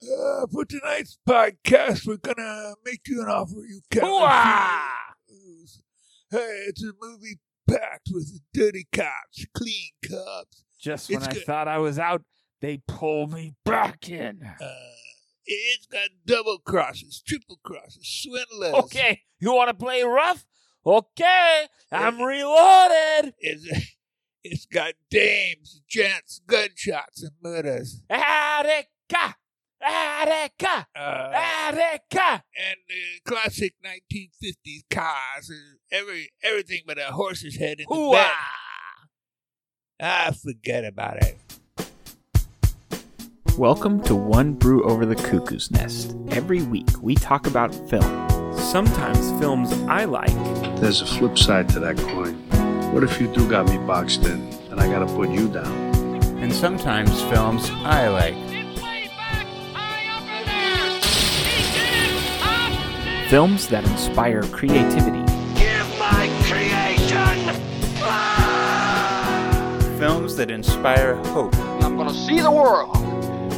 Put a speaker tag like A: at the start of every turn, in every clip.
A: Uh, for tonight's podcast, we're gonna make you an offer you can't
B: Hooah!
A: refuse. Hey, it's a movie packed with dirty cops, clean cops.
B: Just
A: It's
B: when I
A: good.
B: thought I was out, they pull me back in.
A: Uh, it's got double crosses, triple crosses, swindlers.
B: Okay, you want to play rough? Okay, I'm reloaded.
A: It's, it's got dames, gents, gunshots, and murders.
B: Attica, Attica,
A: Uh,
B: Ah! Attica.
A: and uh, classic 1950s cars, and every everything but a horse's head in the
B: Hooah!
A: back. I forget about it.
C: Welcome to One Brew Over the Cuckoo's Nest. Every week we talk about film.
D: Sometimes films I like
E: There's a flip side to that coin. What if you do got me boxed in and I gotta put you down?
F: and sometimes films I like.
C: Films that inspire creativity.
F: Films that inspire hope.
G: I'm going to see the world.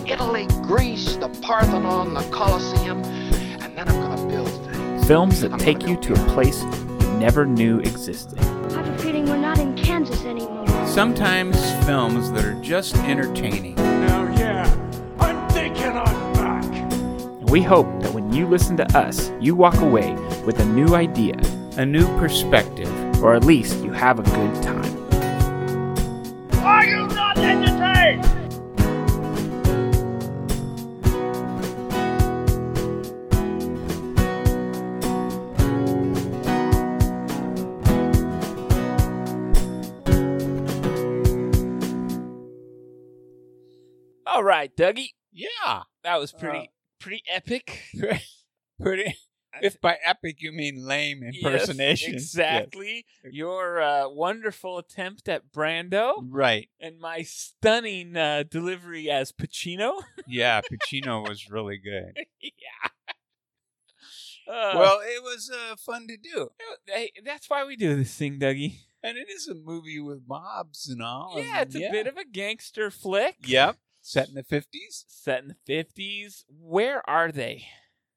G: Italy, Greece, the Parthenon, the Colosseum, and then I'm going to build things.
C: Films that
G: I'm
C: take
G: gonna
C: you
G: build
C: to a place you never knew existed.
H: I have a feeling we're not in Kansas anymore.
F: Sometimes films that are just entertaining.
C: And we hope that when you listen to us, you walk away with a new idea,
F: A new perspective.
C: or at least you have a good time.
B: All right, Dougie,
I: Yeah.
B: that
A: Uh,
B: was pretty, pretty epic. right?
I: Pretty. If by epic you mean lame impersonation.
B: Yes, exactly. Your uh, wonderful attempt at
I: Yeah.
B: Brando
I: Right.
B: and my stunning uh, delivery as Pacino.
I: Yeah, Pacino was really good.
B: Uh,
I: Well, it was uh, fun to do.
B: Oh, hey, that's why we do this thing, Dougie.
I: And it is a movie with mobs and all.
B: yeah, it's a bit of a gangster flick.
I: Yep. Set in the 50s.
B: Set in the fifties. Where are they?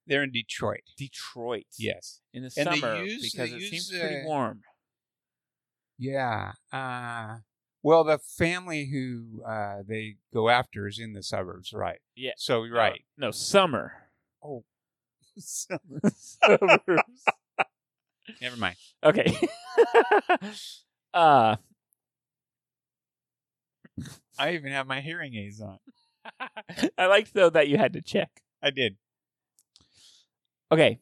I: They're in Detroit.
B: Detroit.
I: Yes.
B: In the
I: And they
B: summer
I: use-
B: because
I: they
B: it seems
I: use,
B: pretty
I: uh,
B: warm.
I: Yeah. Uh, well, the family who uh, they go after is in the suburbs, right?
B: Yeah.
I: So, right.
B: No, summer.
I: oh, Summer.
B: Suburbs.
I: Never mind.
B: okay. uh
I: I even have my hearing aids on.
B: I liked though that you had to check.
I: I did.
B: Okay.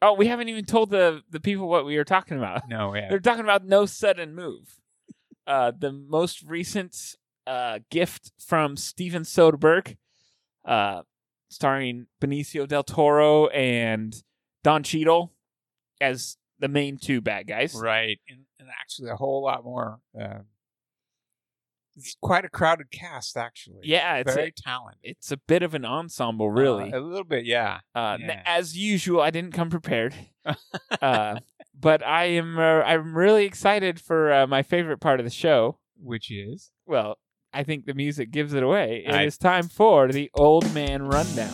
B: Oh, we haven't even told the the people what we were talking about.
I: No, yeah.
B: They're talking about no sudden move. Uh, the most recent uh, gift from Steven Soderbergh, uh, starring Benicio del Toro and Don Cheadle as the main two bad guys.
I: Right. And, and actually, a whole lot more. Uh, it's quite a crowded cast, actually.
B: Yeah, it's
I: Very
B: a,
I: talented.
B: it's a bit of an ensemble, really.
I: Uh, a little bit, yeah.
B: Uh,
I: yeah.
B: n- As usual, I didn't come prepared, uh, but I am uh, I'm really excited for uh, my favorite part of the show.
I: Which is?
B: Well, I think the music gives it away. It is
I: I-
B: time for the old man rundown.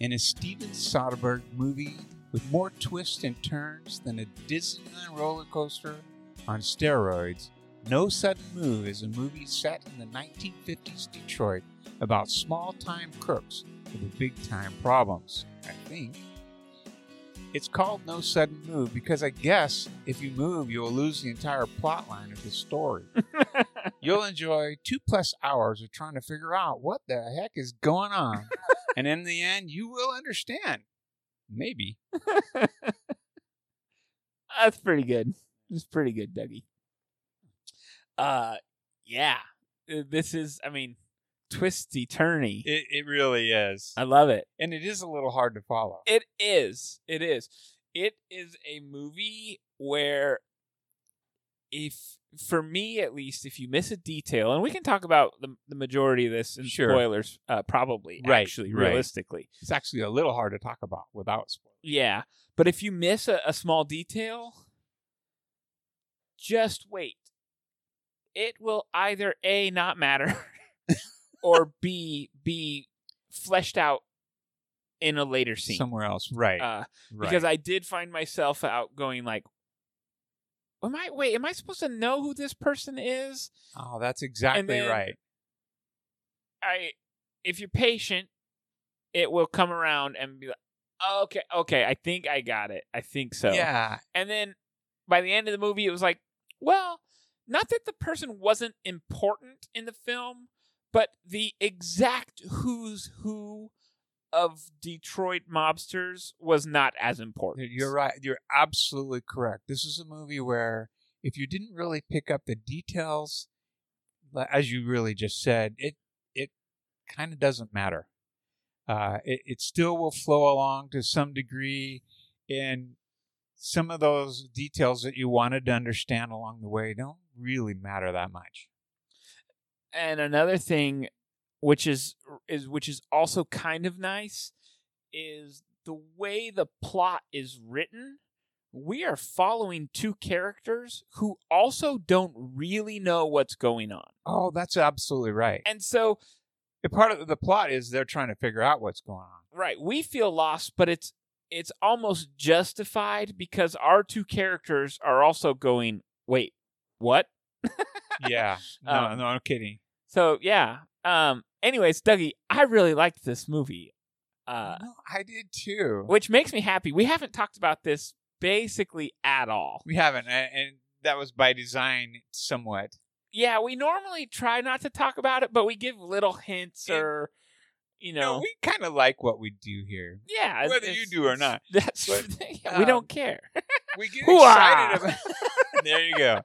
I: In a Steven Soderbergh movie with more twists and turns than a Disneyland roller coaster on steroids, No Sudden Move is a movie set in the 1950s Detroit about small time crooks with big time problems, I think. It's called No Sudden Move because I guess if you move, you'll lose the entire plot line of the story. You'll enjoy two plus hours of trying to figure out what the heck is going on. and in the end, you will understand. Maybe.
B: That's Uh, pretty good. It's pretty good, Dougie. Uh, yeah. Uh, This is, I mean, twisty turny.
I: It, it really is.
B: I love it.
I: And it is a little hard to follow.
B: It is. It is. It is a movie where if for me at least, if you miss a detail, and we can talk about the, the majority of this in
I: Sure.
B: spoilers, uh, probably
I: Right,
B: actually
I: right.
B: realistically,
I: It's actually a little hard to talk about without spoilers.
B: yeah. But if you miss a, a small detail, just wait. It will either a not matter, or b be fleshed out in a later scene.
I: Somewhere else, right?
B: uh,
I: right.
B: because I did find myself out going like, "Am I wait? Am I supposed to know who this person is?"
I: oh, that's exactly
B: then-
I: right.
B: I, if you're patient, it will come around and be like, "Oh, "Okay, okay, I think I got it. I think so."
I: Yeah,
B: And then by the end of the movie, it was like, well, not that the person wasn't important in the film, but the exact who's who of Detroit mobsters was not as important.
I: You're right. You're absolutely correct. This is a movie where if you didn't really pick up the details, li- as you really just said, it it kind of doesn't matter. Uh, it, it still will flow along to some degree, and some of those details that you wanted to understand along the way don't really matter that much.
B: and another thing which is is which is also kind of nice is the way the plot is written we are following two characters who also don't really know what's going on
I: Oh, that's absolutely right.
B: and so
I: And part of the plot is they're trying to figure out what's going on.
B: right we feel lost but it's it's almost justified because our two characters are also going wait what
I: Yeah. No,
B: Um,
I: no, I'm kidding.
B: so yeah um anyways dougie i really liked this movie uh
I: no, I did too.
B: which makes me happy. We haven't talked about this basically at all.
I: We haven't, a- and that was by design, somewhat.
B: Yeah, we normally try not to talk about it, but we give little hints
I: And-
B: or you
I: No,
B: know,
I: we kind of like what we do here.
B: yeah,
I: whether
B: it's-
I: you do or not.
B: That's
I: But,
B: yeah, we
I: um,
B: don't care.
I: We get
B: Hoo-ah!
I: excited about. there you go.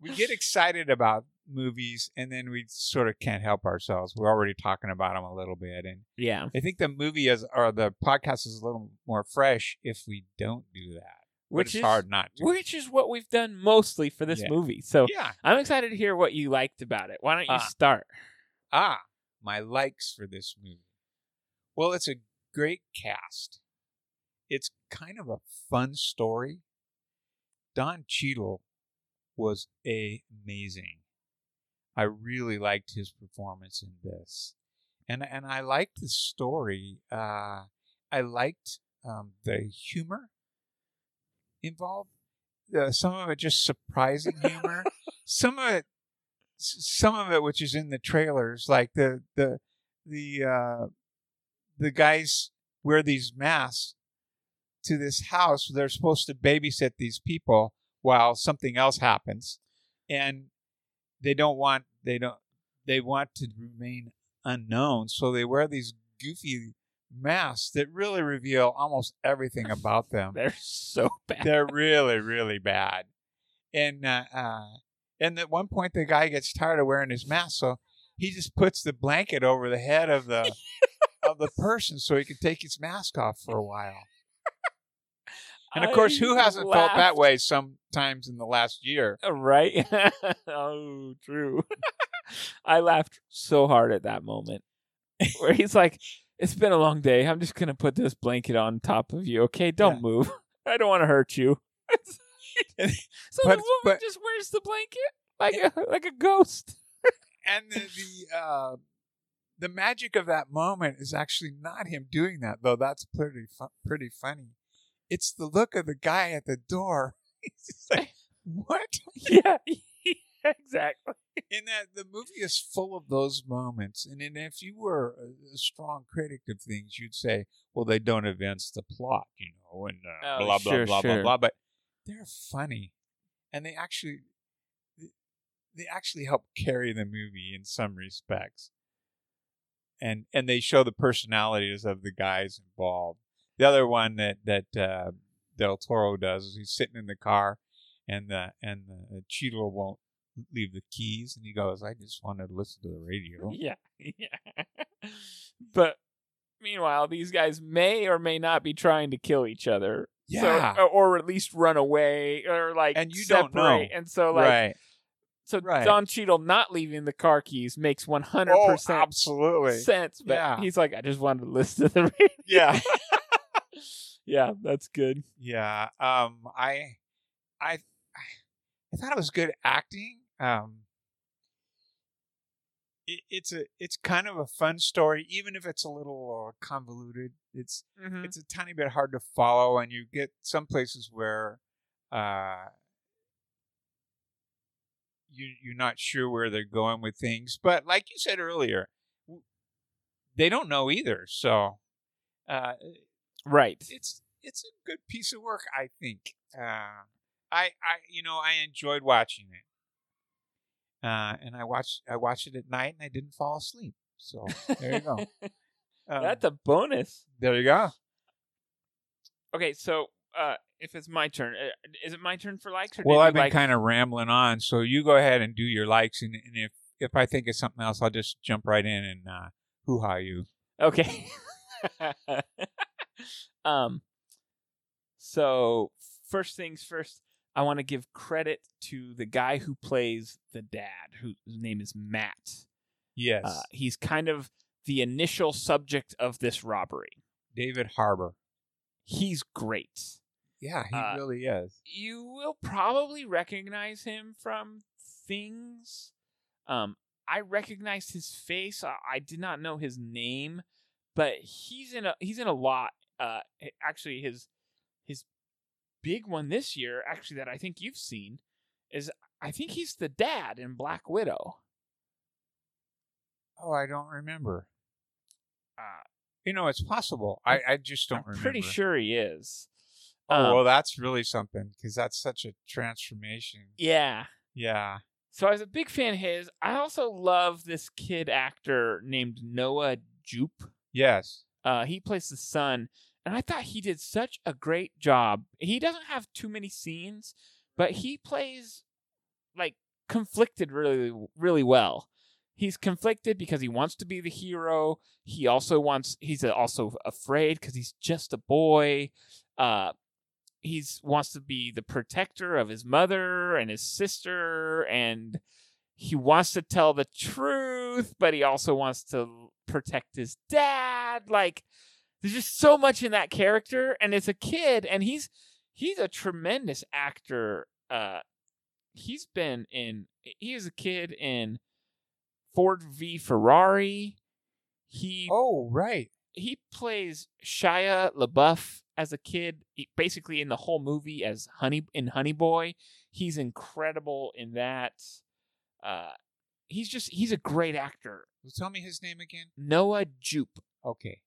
I: We get excited about movies, and then we sort of can't help ourselves. We're already talking about them a little bit, and
B: Yeah.
I: I think the movie is or the podcast is a little more fresh if we don't do that. But
B: Which
I: it's
B: is
I: hard not to.
B: which is what we've done mostly for this
I: Yeah.
B: movie. So
I: yeah.
B: I'm excited to hear what you liked about it. Why don't you
I: Ah.
B: start?
I: ah, my likes for this movie. Well, it's a great cast. It's kind of a fun story. Don Cheadle was amazing. I really liked his performance in this, and and I liked the story. Uh, I liked um, the humor involved. Uh, some of it just surprising humor. some of it s- some of it which is in the trailers like the the the uh the guys wear these masks to this house they're supposed to babysit these people while something else happens and they don't want they don't they want to remain unknown so they wear these goofy masks that really reveal almost everything about them
B: They're so bad.
I: they're really really bad and uh, uh and at one point the guy gets tired of wearing his mask so he just puts the blanket over the head of the of the person so he can take his mask off for a while and of course who
B: I
I: hasn't felt that
B: laughed.
I: way sometimes in the last year
B: Right? oh, true. I laughed so hard at that moment where he's like, It's been a long day. I'm just going to put this blanket on top of you. Okay, don't
I: Yeah.
B: move. I don't want to hurt you. so the
I: But-
B: woman
I: but-
B: just wears the blanket like a, like a ghost.
I: and the the, uh, the magic of that moment is actually not him doing that though that's pretty fu- pretty funny it's the look of the guy at the door he's just like what
B: yeah, exactly.
I: in that the movie is full of those moments and, then if you were a, a strong critic of things you'd say well they don't evince the plot you know and uh,
B: Oh,
I: blah
B: sure,
I: blah blah
B: sure.
I: blah blah but they're funny and they actually they actually help carry the movie in some respects and and they show the personalities of the guys involved the other one that that uh, del toro does is he's sitting in the car and the and the uh, Cheeto won't leave the keys and he goes i just wanted to listen to the radio
B: Yeah, yeah. but meanwhile, these guys may or may not be trying to kill each other. So-
I: Yeah.
B: or, or at least run away or like
I: And you don't
B: separate.
I: know.
B: And so like
I: right
B: So
I: Right.
B: Don Cheadle not leaving the car keys makes one hundred
I: Oh,
B: percent
I: absolutely.
B: sense. But
I: Yeah.
B: he's like, I just wanted to listen to the. radio."
I: Yeah.
B: yeah, that's good.
I: Yeah. Um I I I thought it was good acting. Um it, it's a it's kind of a fun story even if it's a little uh, convoluted. It's
B: Mhm.
I: it's a tiny bit hard to follow and you get some places where uh you you're not sure where they're going with things, but like you said earlier, w- they don't know either. So uh
B: Right.
I: it's it's a good piece of work, I think. Uh, I I you know I enjoyed watching it, uh, and I watched I watched it at night and I didn't fall asleep. So there you go. Um,
B: That's a bonus.
I: there you go.
B: Okay, so uh, if it's my turn, uh, is it my turn for likes? Or
I: Well,
B: did
I: I've
B: you
I: been
B: like-
I: kind of rambling on, so you go ahead and do your likes, and, and if if I think of something else, I'll just jump right in and uh, hoo ha you.
B: Okay. um so first things first, I want to give credit to the guy who plays the dad, who- whose name is Matt.
I: Yes,
B: Uh, he's kind of the initial subject of this robbery.
I: David Harbor.
B: He's great.
I: Yeah, he
B: uh,
I: really is.
B: You will probably recognize him from things. Um, I recognized his face. I, I did not know his name, but he's in a he's in a lot. Uh, h- actually, his his big one this year, actually that I think you've seen, is I think he's the dad in Black Widow.
I: Oh, I don't remember.
B: Uh,
I: You know, it's possible. I, I just don't
B: I'm
I: remember.
B: pretty sure he is.
I: Oh,
B: Um,
I: well, that's really something because that's such a transformation.
B: yeah.
I: Yeah.
B: So I was a big fan of his. I also love this kid actor named Noah Jupe.
I: Yes.
B: Uh, he plays the son, and I thought he did such a great job. He doesn't have too many scenes, but he plays like conflicted really, really well. He's conflicted because he wants to be the hero. He also wants. He's also afraid because he's just a boy. Uh, he's wants to be the protector of his mother and his sister, and he wants to tell the truth, but he also wants to protect his dad. Like there's just so much in that character, and it's a kid, and he's he's a tremendous actor. Uh, he's been in he is a kid in Ford v Ferrari. He
I: Oh, right.
B: he plays Shia LaBeouf as a kid, he- basically in the whole movie as Honey in Honey Boy. He's incredible in that. Uh, he's just he's a great actor.
I: Well, tell me his name again.
B: Noah Jupe.
I: Okay.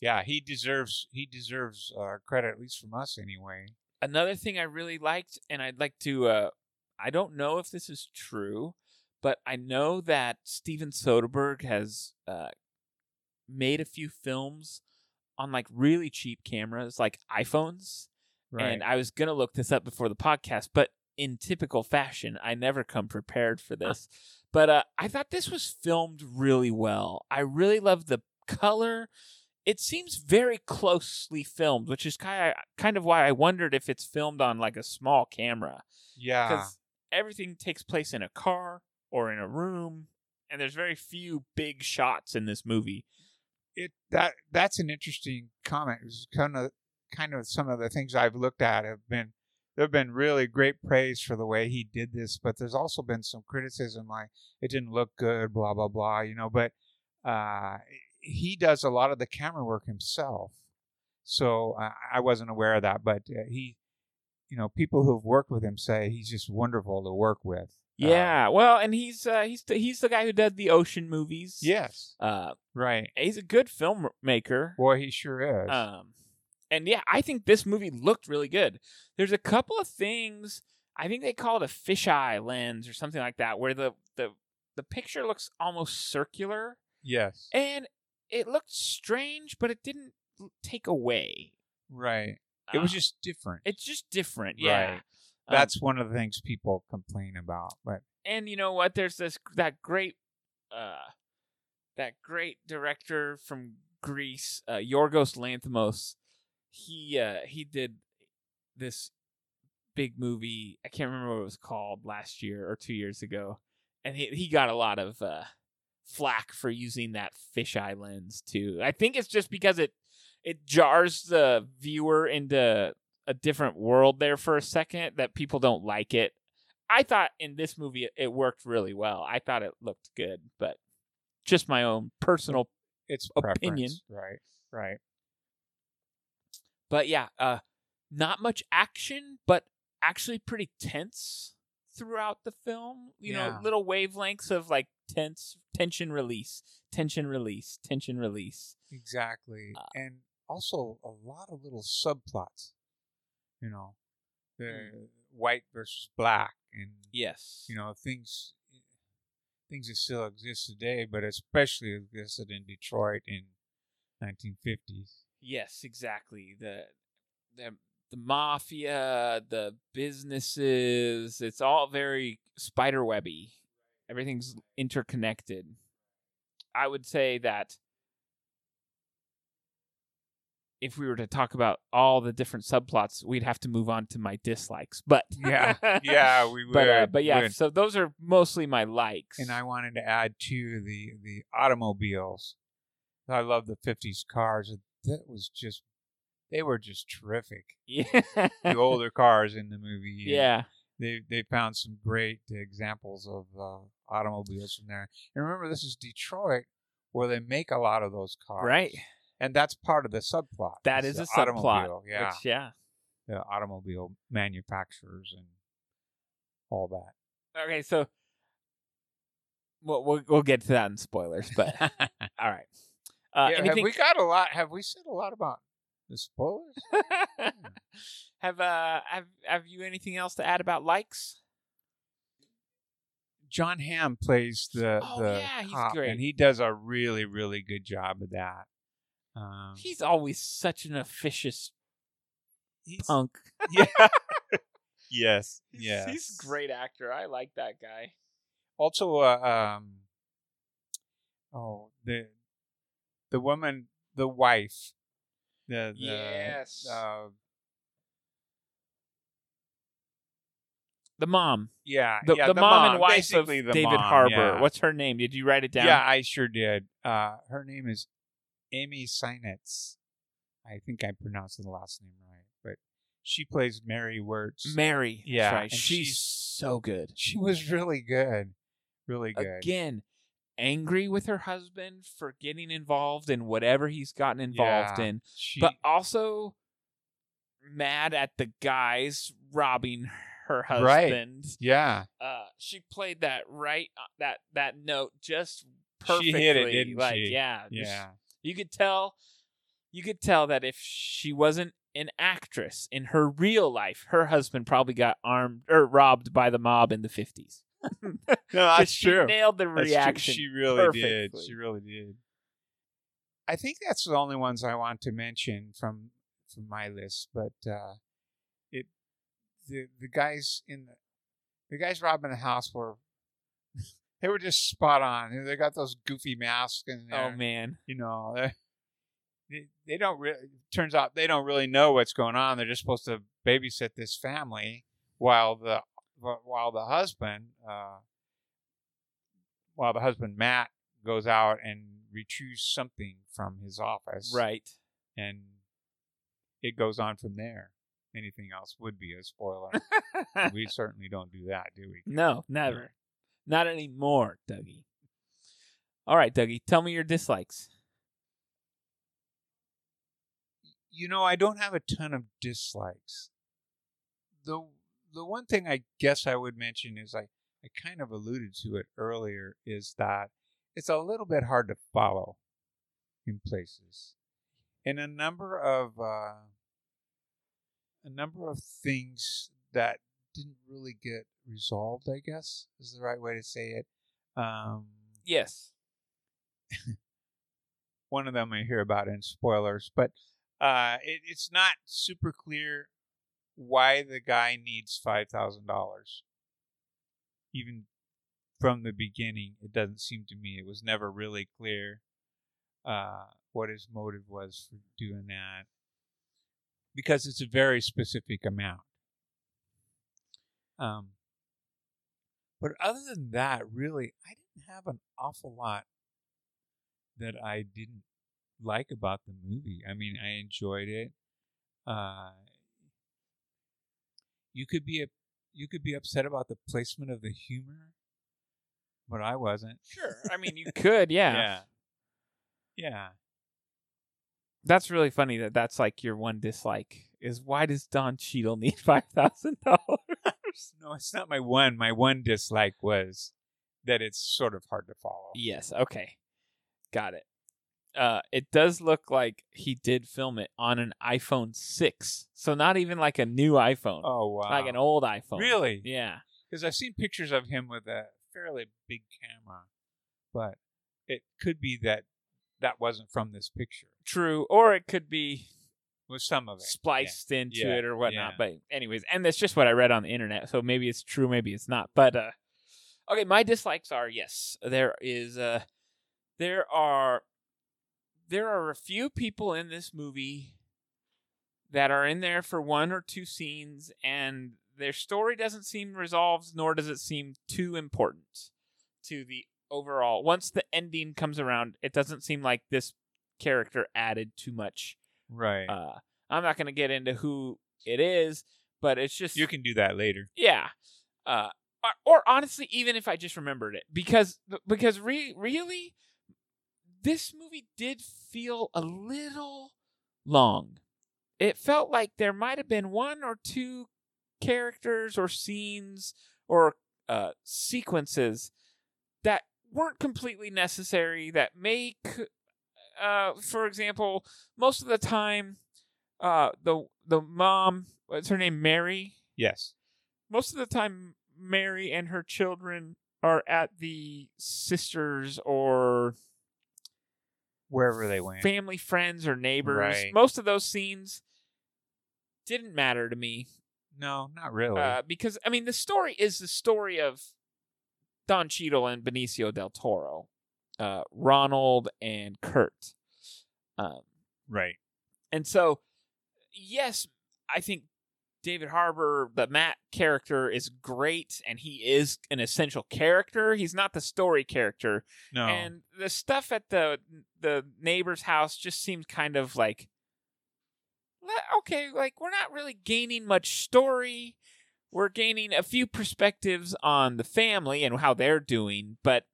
I: Yeah, he deserves he deserves uh, credit at least from us anyway.
B: Another thing I really liked, and I'd like to. Uh, I don't know if this is true, but I know that Steven Soderbergh has uh, made a few films on like really cheap cameras, like iPhones. And I was going to look this up before the podcast, but in typical fashion, I never come prepared for this. But uh, I thought this was filmed really well. I really love the color. It seems very closely filmed, which is kind of, kind of why I wondered if it's filmed on like a small camera
I: yeah.
B: because everything takes place in a car or in a room, and there's very few big shots in this movie.
I: It that that's an interesting comment. It's kind of kind of some of the things I've looked at have been there have been really great praise for the way he did this, but there's also been some criticism like it didn't look good, blah blah blah, you know, but uh he does a lot of the camera work himself. So I I wasn't aware of that, but uh, he you know, people who've worked with him say he's just wonderful to work with. Uh,
B: Yeah, well, and he's uh, he's the, he's the guy who did the ocean movies.
I: yes.
B: Uh,
I: Right.
B: he's a good filmmaker.
I: Boy, he sure is.
B: Um, and yeah, I think this movie looked really good. There's a couple of things. I think they call it a fisheye lens or something like that, where the the the picture looks almost circular,
I: yes.
B: and it looked strange, but it didn't l- take away.
I: Right. It was
B: Uh,
I: just different.
B: it's just different, yeah.
I: Right.
B: Um,
I: That's one of the things people complain about. But
B: and you know what? There's this that great, uh, that great director from Greece, uh, Yorgos Lanthimos. He uh, he did this big movie. I can't remember what it was called last year or two years ago, and he he got a lot of uh, flack for using that fisheye lens too. I think it's just because it it jars the viewer into a different world there for a second that people don't like it. I thought in this movie it, it worked really well. I thought it looked good, but just my own personal
I: It's
B: Opinion.
I: preference, right? Right.
B: but yeah, uh, not much action, but actually pretty tense throughout the film. You know,
I: Yeah.
B: little wavelengths of like tense tension release, tension release, tension release.
I: Exactly.
B: Uh,
I: and also a lot of little subplots. You know, the
B: Mm.
I: white versus black, and
B: Yes.
I: you know things things that still exist today, but especially existed in Detroit in 1950s.
B: Yes, exactly. The the the mafia, the businesses, it's all very spider webby. Everything's interconnected. I would say that if we were to talk about all the different subplots, we'd have to move on to my dislikes. But
I: Yeah, yeah, we would.
B: but uh, but yeah,
I: would.
B: so those are mostly my likes.
I: and I wanted to add to the the automobiles. I love the 50s cars. That was just they were just terrific.
B: yeah
I: The older cars in the movie. and
B: yeah
I: they they found some great examples of uh, automobiles from there. And remember, this is Detroit, where they make a lot of those cars,
B: right.
I: And that's part of the subplot.
B: That is
I: It's
B: a
I: the
B: subplot.
I: automobile, yeah,
B: which, yeah.
I: the automobile manufacturers and all that.
B: Okay, so we'll we'll, we'll get to that in spoilers, but all right. Uh,
I: yeah,
B: anything?
I: Have we got a lot? Have we said a lot about the spoilers? Hmm.
B: have uh have have you anything else to add about likes?
I: John Hamm plays the
B: Oh,
I: the
B: yeah, he's
I: cop,
B: great.
I: and he does a really really good job of that. Um,
B: He's always such an officious
I: he's-
B: punk.
I: yes,
B: He's,
I: yes,
B: he's a great actor. I like that guy.
I: also uh, um oh the the woman the wife the, the
B: Yes.
I: uh,
B: The mom,
I: yeah
B: the,
I: Uh, yeah,
B: the, mom, and wife of
I: basically the
B: David
I: mom,
B: Harbour.
I: yeah.
B: What's her name? Did you write it down?
I: yeah i sure did uh her name is amy Seinetz. i think i pronounced the last name right but she plays mary wertz
B: Mary. that's
I: Yeah,
B: right.
I: and
B: She's,
I: she's-
B: so good.
I: she was really good really good
B: again angry with her husband for getting involved in whatever he's gotten involved
I: Yeah,
B: in
I: she,
B: but also mad at the guys robbing her
I: Right.
B: husband
I: yeah
B: uh she played that right uh, that that note just perfectly
I: She hit it, didn't
B: like
I: she?
B: yeah just-
I: yeah
B: you could tell you could tell that if she wasn't an actress in her real life her husband probably got armed or robbed by the mob in the 50s
I: no
B: 'Cause she nailed the
I: That's true.
B: reaction
I: She really did.
B: perfectly.
I: She really did. I think that's the only ones I want to mention from from my list. But uh, it the the guys in the the guys robbing the house were they were just spot on. They got those goofy masks and
B: Oh man,
I: you know they they- they don't really. Turns out they don't really know what's going on. They're just supposed to babysit this family while the while the husband uh, while the husband Matt goes out and retrieves something from his office.
B: right?
I: and it goes on from there. Anything else would be a spoiler. we certainly don't do that, do we?
B: No, never, not anymore, Dougie. All right, Dougie, tell me your dislikes.
I: you know, I don't have a ton of dislikes. The the one thing I guess I would mention is I, I kind of alluded to it earlier is that it's a little bit hard to follow in places. And a number of uh, a number of things that didn't really get resolved, I guess, is the right way to say it. Um,
B: Yes,
I: one of them I hear about in spoilers, but uh, it, it's not super clear why the guy needs five thousand dollars. Even from the beginning, it doesn't seem to me it was never really clear uh, what his motive was for doing that, because it's a very specific amount. Um, but other than that, really, I didn't have an awful lot that I didn't like about the movie. I mean, I enjoyed it. Uh, you could be a, you could be upset about the placement of the humor, but I wasn't.
B: Sure. I mean, you could, yeah.
I: Yeah. Yeah.
B: That's really funny that that's like your one dislike is why does Don Cheadle need five thousand dollars?
I: No, it's not my one. My one dislike was that it's sort of hard to follow.
B: Yes. Okay. Got it. Uh, it does look like he did film it on an iPhone six, so not even like a new iPhone,
I: Oh wow!
B: like an old iPhone.
I: Really?
B: Yeah.
I: because I've seen pictures of him with a fairly big camera, but it could be that that wasn't from this picture.
B: True. Or it could be
I: Was some of it yeah.
B: spliced into
I: Yeah.
B: it or whatnot.
I: Yeah.
B: But anyways, and that's just what I read on the internet. So maybe it's true, maybe it's not. But uh okay, my dislikes are yes, there is uh there are there are a few people in this movie that are in there for one or two scenes and their story doesn't seem resolved nor does it seem too important to the overall once the ending comes around it doesn't seem like this character added too much
I: Right.
B: uh, I'm not going to get into who it is, but it's just
I: you can do that later.
B: yeah. Uh, or, or honestly, even if I just remembered it, because because re- really, this movie did feel a little long. It felt like there might have been one or two characters or scenes or uh, sequences that weren't completely necessary. That make, uh, for example, most of the time, uh, the the mom, what's her name, Mary,
I: Yes.
B: most of the time Mary and her children are at the sisters or
I: Wherever they went.
B: family friends or neighbors.
I: Right.
B: Most of those scenes didn't matter to me
I: no, not really.
B: uh, because I mean the story is the story of Don Cheadle and Benicio del Toro, uh, Ronald and Kurt. Um,
I: right.
B: And so, yes, I think David Harbour, the Matt character, is great, and he is an essential character. He's not the story character,
I: No.
B: and the stuff at the the neighbor's house just seemed kind of like, le- okay, like we're not really gaining much story. We're gaining a few perspectives on the family and how they're doing, but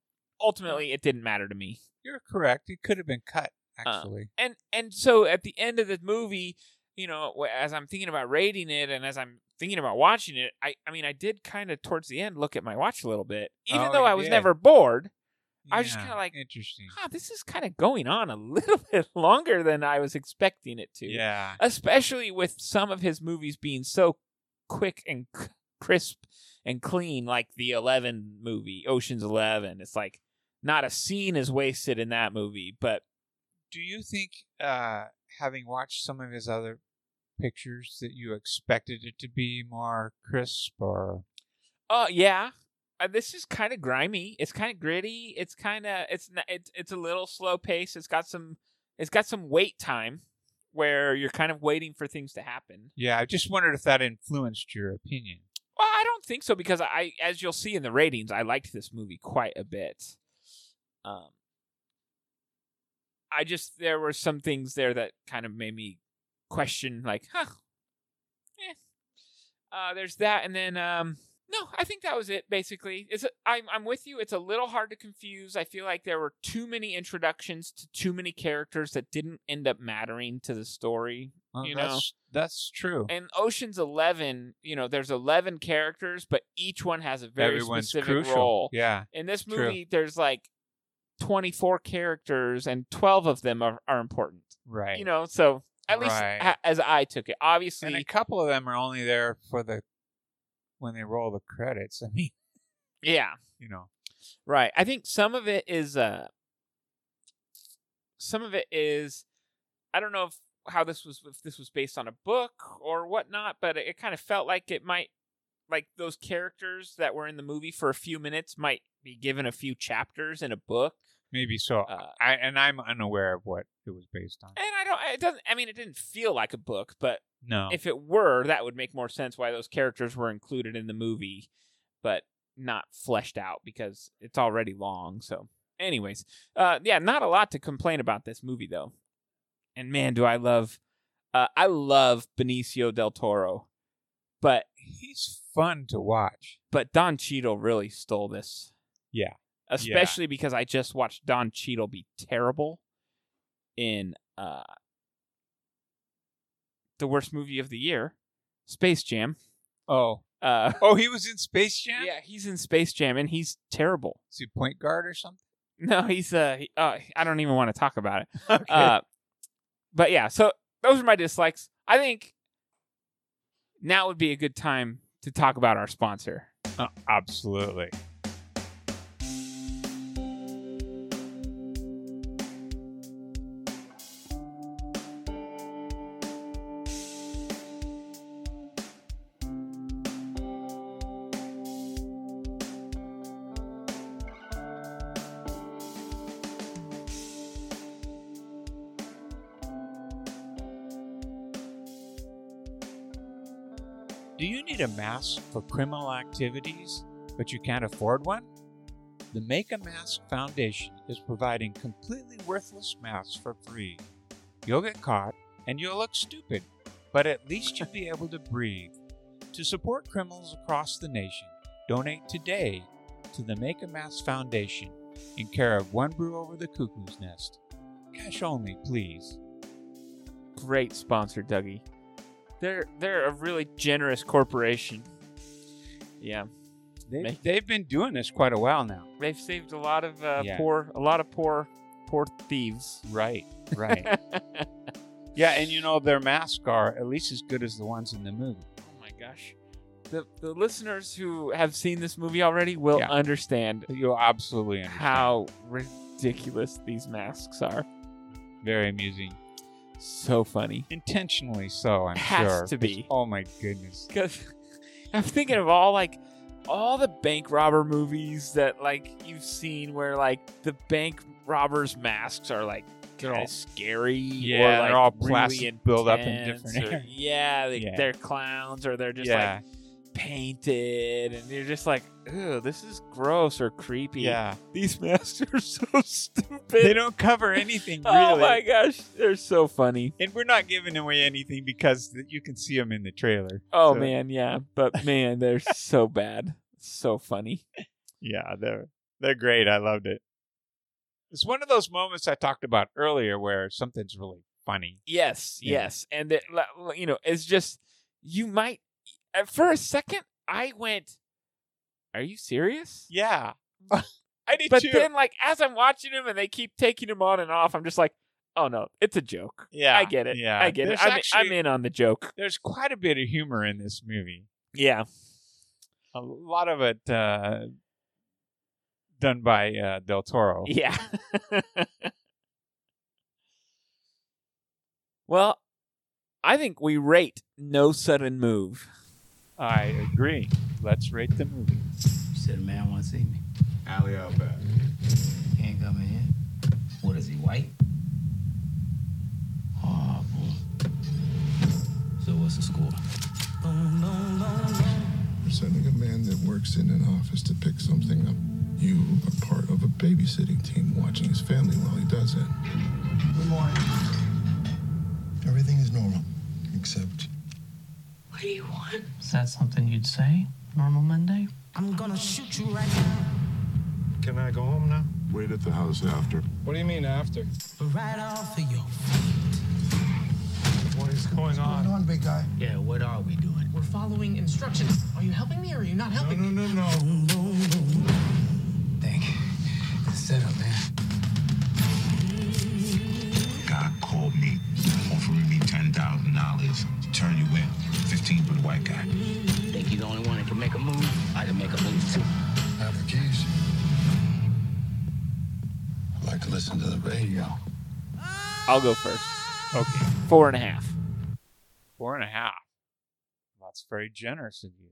B: ultimately, it didn't matter to me
I: You're correct. It could have been cut
B: Uh,
I: actually.
B: and and so at the end of the movie you know wh- as i'm thinking about rating it and as i'm thinking about watching it i i mean i did kind of towards the end look at my watch a little bit even
I: Oh,
B: though
I: you
B: i was
I: did.
B: never bored I was just
I: Yeah,
B: kinda like,
I: interesting.
B: ah, this is kind of going on a little bit longer than i was expecting it to
I: Yeah.
B: especially with some of his movies being so quick and c- crisp and clean like the 11 movie oceans 11 it's like not a scene is wasted in that movie but
I: Do you think uh having watched some of his other pictures that you expected it to be more crisp or
B: Uh, yeah. Uh, this is kind of grimy. It's kind of gritty. It's kind of it's n- it's it's a little slow pace. It's got some it's got some wait time where you're kind of waiting for things to happen.
I: Yeah, I just wondered if that influenced your opinion.
B: Well, I don't think so because I, as you'll see in the ratings, I liked this movie quite a bit. Um, I just there were some things there that kind of made me question, like, huh, eh. Uh, there's that, and then um, no, I think that was it. Basically, it's a, I'm I'm with you. It's a little hard to confuse. I feel like there were too many introductions to too many characters that didn't end up mattering to the story.
I: Well,
B: You
I: that's, that's true.
B: And Ocean's Eleven, you know, there's eleven characters, but each one has a very
I: Everyone's
B: specific
I: crucial.
B: role.
I: Yeah,
B: In this
I: True.
B: movie, there's like twenty four characters, and twelve of them are, are important.
I: right.
B: You know, so at least
I: Right.
B: a- as I took it, obviously,
I: and a couple of them are only there for the when they roll the credits. I mean,
B: yeah,
I: you know,
B: right. I think some of it is, uh some of it is, I don't know if how this was if this was based on a book or whatnot, but it, it kind of felt like it might like those characters that were in the movie for a few minutes might be given a few chapters in a book
I: Maybe so.
B: Uh, eh,
I: I and I'm unaware of what it was based on.
B: and I don't. It doesn't. I mean, it didn't feel like a book, but
I: No.
B: if it were, that would make more sense why those characters were included in the movie, but not fleshed out because it's already long. So, anyways, uh, yeah, not a lot to complain about this movie though. And man, do I love, uh, I love Benicio del Toro, but
I: He's fun to watch.
B: but Don Cheadle really stole this.
I: Yeah.
B: especially because I just watched Don Cheadle be terrible in uh the worst movie of the year, Space Jam.
I: Oh.
B: Uh,
I: Oh, he was in Space Jam?
B: yeah, he's in Space Jam and he's terrible.
I: Is he point guard or something?
B: No, he's uh, he, uh I don't even want to talk about it.
I: Okay.
B: Uh, but yeah, so those are my dislikes. I think now would be a good time to talk about our sponsor.
I: Uh, absolutely. Do you need a mask for criminal activities, but you can't afford one? The Make a Mask Foundation is providing completely worthless masks for free. You'll get caught and you'll look stupid, but at least you'll be able to breathe. To support criminals across the nation, donate today to the Make a Mask Foundation in care of One Brew Over the Cuckoo's Nest. Cash only, please.
B: Great sponsor, Dougie. They're they're a really generous corporation. Yeah.
I: They've,
B: Make-
I: they've been doing this quite a while now.
B: they've saved a lot of uh,
I: Yeah.
B: poor a lot of poor poor thieves.
I: Right, right. yeah, and you know their masks are at least as good as the ones in the movie.
B: Oh my gosh. The the listeners who have seen this movie already will
I: Yeah.
B: understand
I: You'll absolutely understand.
B: how ridiculous these masks are.
I: Very amusing.
B: So funny.
I: Intentionally so, I'm
B: Has
I: sure.
B: to be.
I: Oh my goodness.
B: Cuz I'm thinking of all like all the bank robber movies that like you've seen where like the bank robbers masks are like
I: They're
B: kind
I: all-
B: of scary
I: Yeah,
B: or like
I: they're all
B: really
I: plastic built up in
B: intense
I: different
B: or-
I: areas.
B: yeah, they,
I: Yeah.
B: they're clowns or they're just like
I: yeah,
B: painted and you're just like, ooh, this is gross or creepy.
I: yeah.
B: These masks are so stupid.
I: They don't cover anything really.
B: Oh my gosh, they're so funny.
I: And we're not giving away anything because th- you can see them in the trailer.
B: Oh
I: So,
B: man, yeah. But man, they're so bad. So funny.
I: Yeah, they're they're great. I loved it. It's one of those moments I talked about earlier where something's really funny.
B: Yes,
I: Yeah.
B: yes. And it, li- you know, it's just you might uh, for a second I went, Are you serious?
I: Yeah. I did
B: But
I: too.
B: then like as I'm watching them and they keep taking them on and off, I'm just like, Oh no, it's a joke.
I: yeah.
B: I get it.
I: Yeah.
B: I get
I: There's
B: it. I'm, I'm
I: actually-
B: in on the joke.
I: There's quite a bit of humor in this movie.
B: Yeah.
I: A lot of it uh, done by uh, Del Toro.
B: Yeah. well, I think we rate No Sudden Move.
I: I agree. Let's rate the movie.
J: Said a man once to see me. Alley out back. Can't come in here. What is he, white? Oh, boy. So what's the score?
E: You're sending a man that works in an office to pick something up. You are part of a babysitting team watching his family while he does it.
J: Good morning.
E: Everything is normal, except
J: What do you want? Is that something you'd say? Normal Monday? I'm gonna shoot you right now.
E: Can I go home now? Wait at the house after.
F: What do you mean after?
J: But right off of you.
F: What is going on?
E: on, big guy.
J: Yeah, what are we doing? We're following instructions. Are you helping me or are you not helping me?
E: no, no.
J: Dang. Set up, man.
E: God called me, offering me ten thousand dollars to turn you in, fifteen for the white guy.
J: Think you're the only one that can make a move? I can make a move too.
E: Have the keys. I like to listen to the radio.
B: I'll go first.
I: Okay.
B: Four and a half.
I: Four and a half. That's very generous of you.